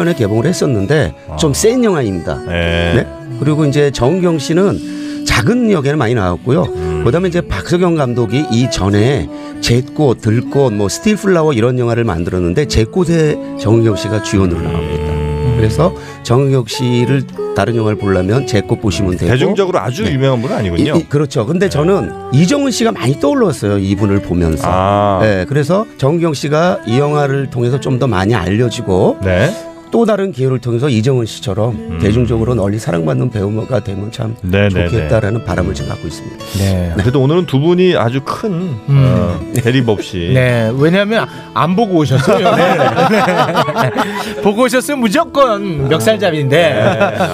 Speaker 13: 2017년에 개봉을 했었는데
Speaker 6: 아.
Speaker 13: 좀 센 영화입니다. 네. 그리고 이제 정경 씨는 작은 역에는 많이 나왔고요. 그다음에 이제 박석영 감독이 이 전에 잿꽃, 들꽃, 뭐 스틸플라워 이런 영화를 만들었는데 잿꽃에 정경 씨가 주연으로 나옵니다.
Speaker 6: 음.
Speaker 13: 그래서 정경 씨를 다른 영화를 보려면 잿꽃 보시면 되고 네.
Speaker 6: 대중적으로 아주 유명한 분은 아니군요. 네.
Speaker 13: 이- 이- 그렇죠. 근데 저는 이정은 씨가 많이 떠올랐어요. 이분을 보면서.
Speaker 6: 아.
Speaker 13: 네, 그래서 정경 씨가 이 영화를 통해서 좀 더 많이 알려지고
Speaker 6: 네.
Speaker 13: 또 다른 기회를 통해서 이정은 씨처럼 대중적으로 널리 사랑받는 배우가 되면 참
Speaker 6: 음. 네, 네,
Speaker 13: 좋겠다라는 바람을 지금 갖고 있습니다.
Speaker 5: 네. 음.
Speaker 6: 그래도 오늘은 두 분이 아주 큰 어, 대립 없이
Speaker 5: 네, 왜냐하면 안 보고 오셨어요. 네. 보고 오셨으면 무조건 멱살잡인데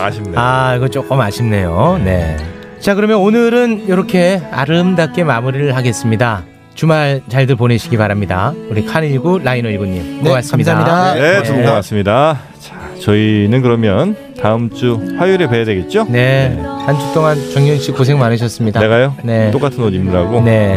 Speaker 6: 아쉽네요.
Speaker 5: 아, 이거 조금 아쉽네요. 네. 자, 그러면 오늘은 이렇게 아름답게 마무리를 하겠습니다. 주말 잘들 보내시기 바랍니다. 우리 칸19 라이너19님 고맙습니다.
Speaker 6: 네, 두분 고맙습니다. 자, 저희는 그러면 다음 주 화요일에 뵈야 되겠죠?
Speaker 5: 네. 한 주 동안 정윤 씨 고생 많으셨습니다.
Speaker 6: 내가요?
Speaker 5: 네.
Speaker 6: 똑같은 옷 입느라고.
Speaker 5: 네.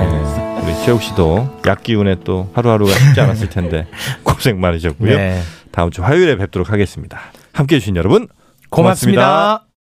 Speaker 6: 우리 최욱 씨도 약 기운에 또 하루하루가 쉽지 않았을 텐데 고생 많으셨고요.
Speaker 5: 네.
Speaker 6: 다음 주 화요일에 뵙도록 하겠습니다. 함께 해주신 여러분
Speaker 5: 고맙습니다.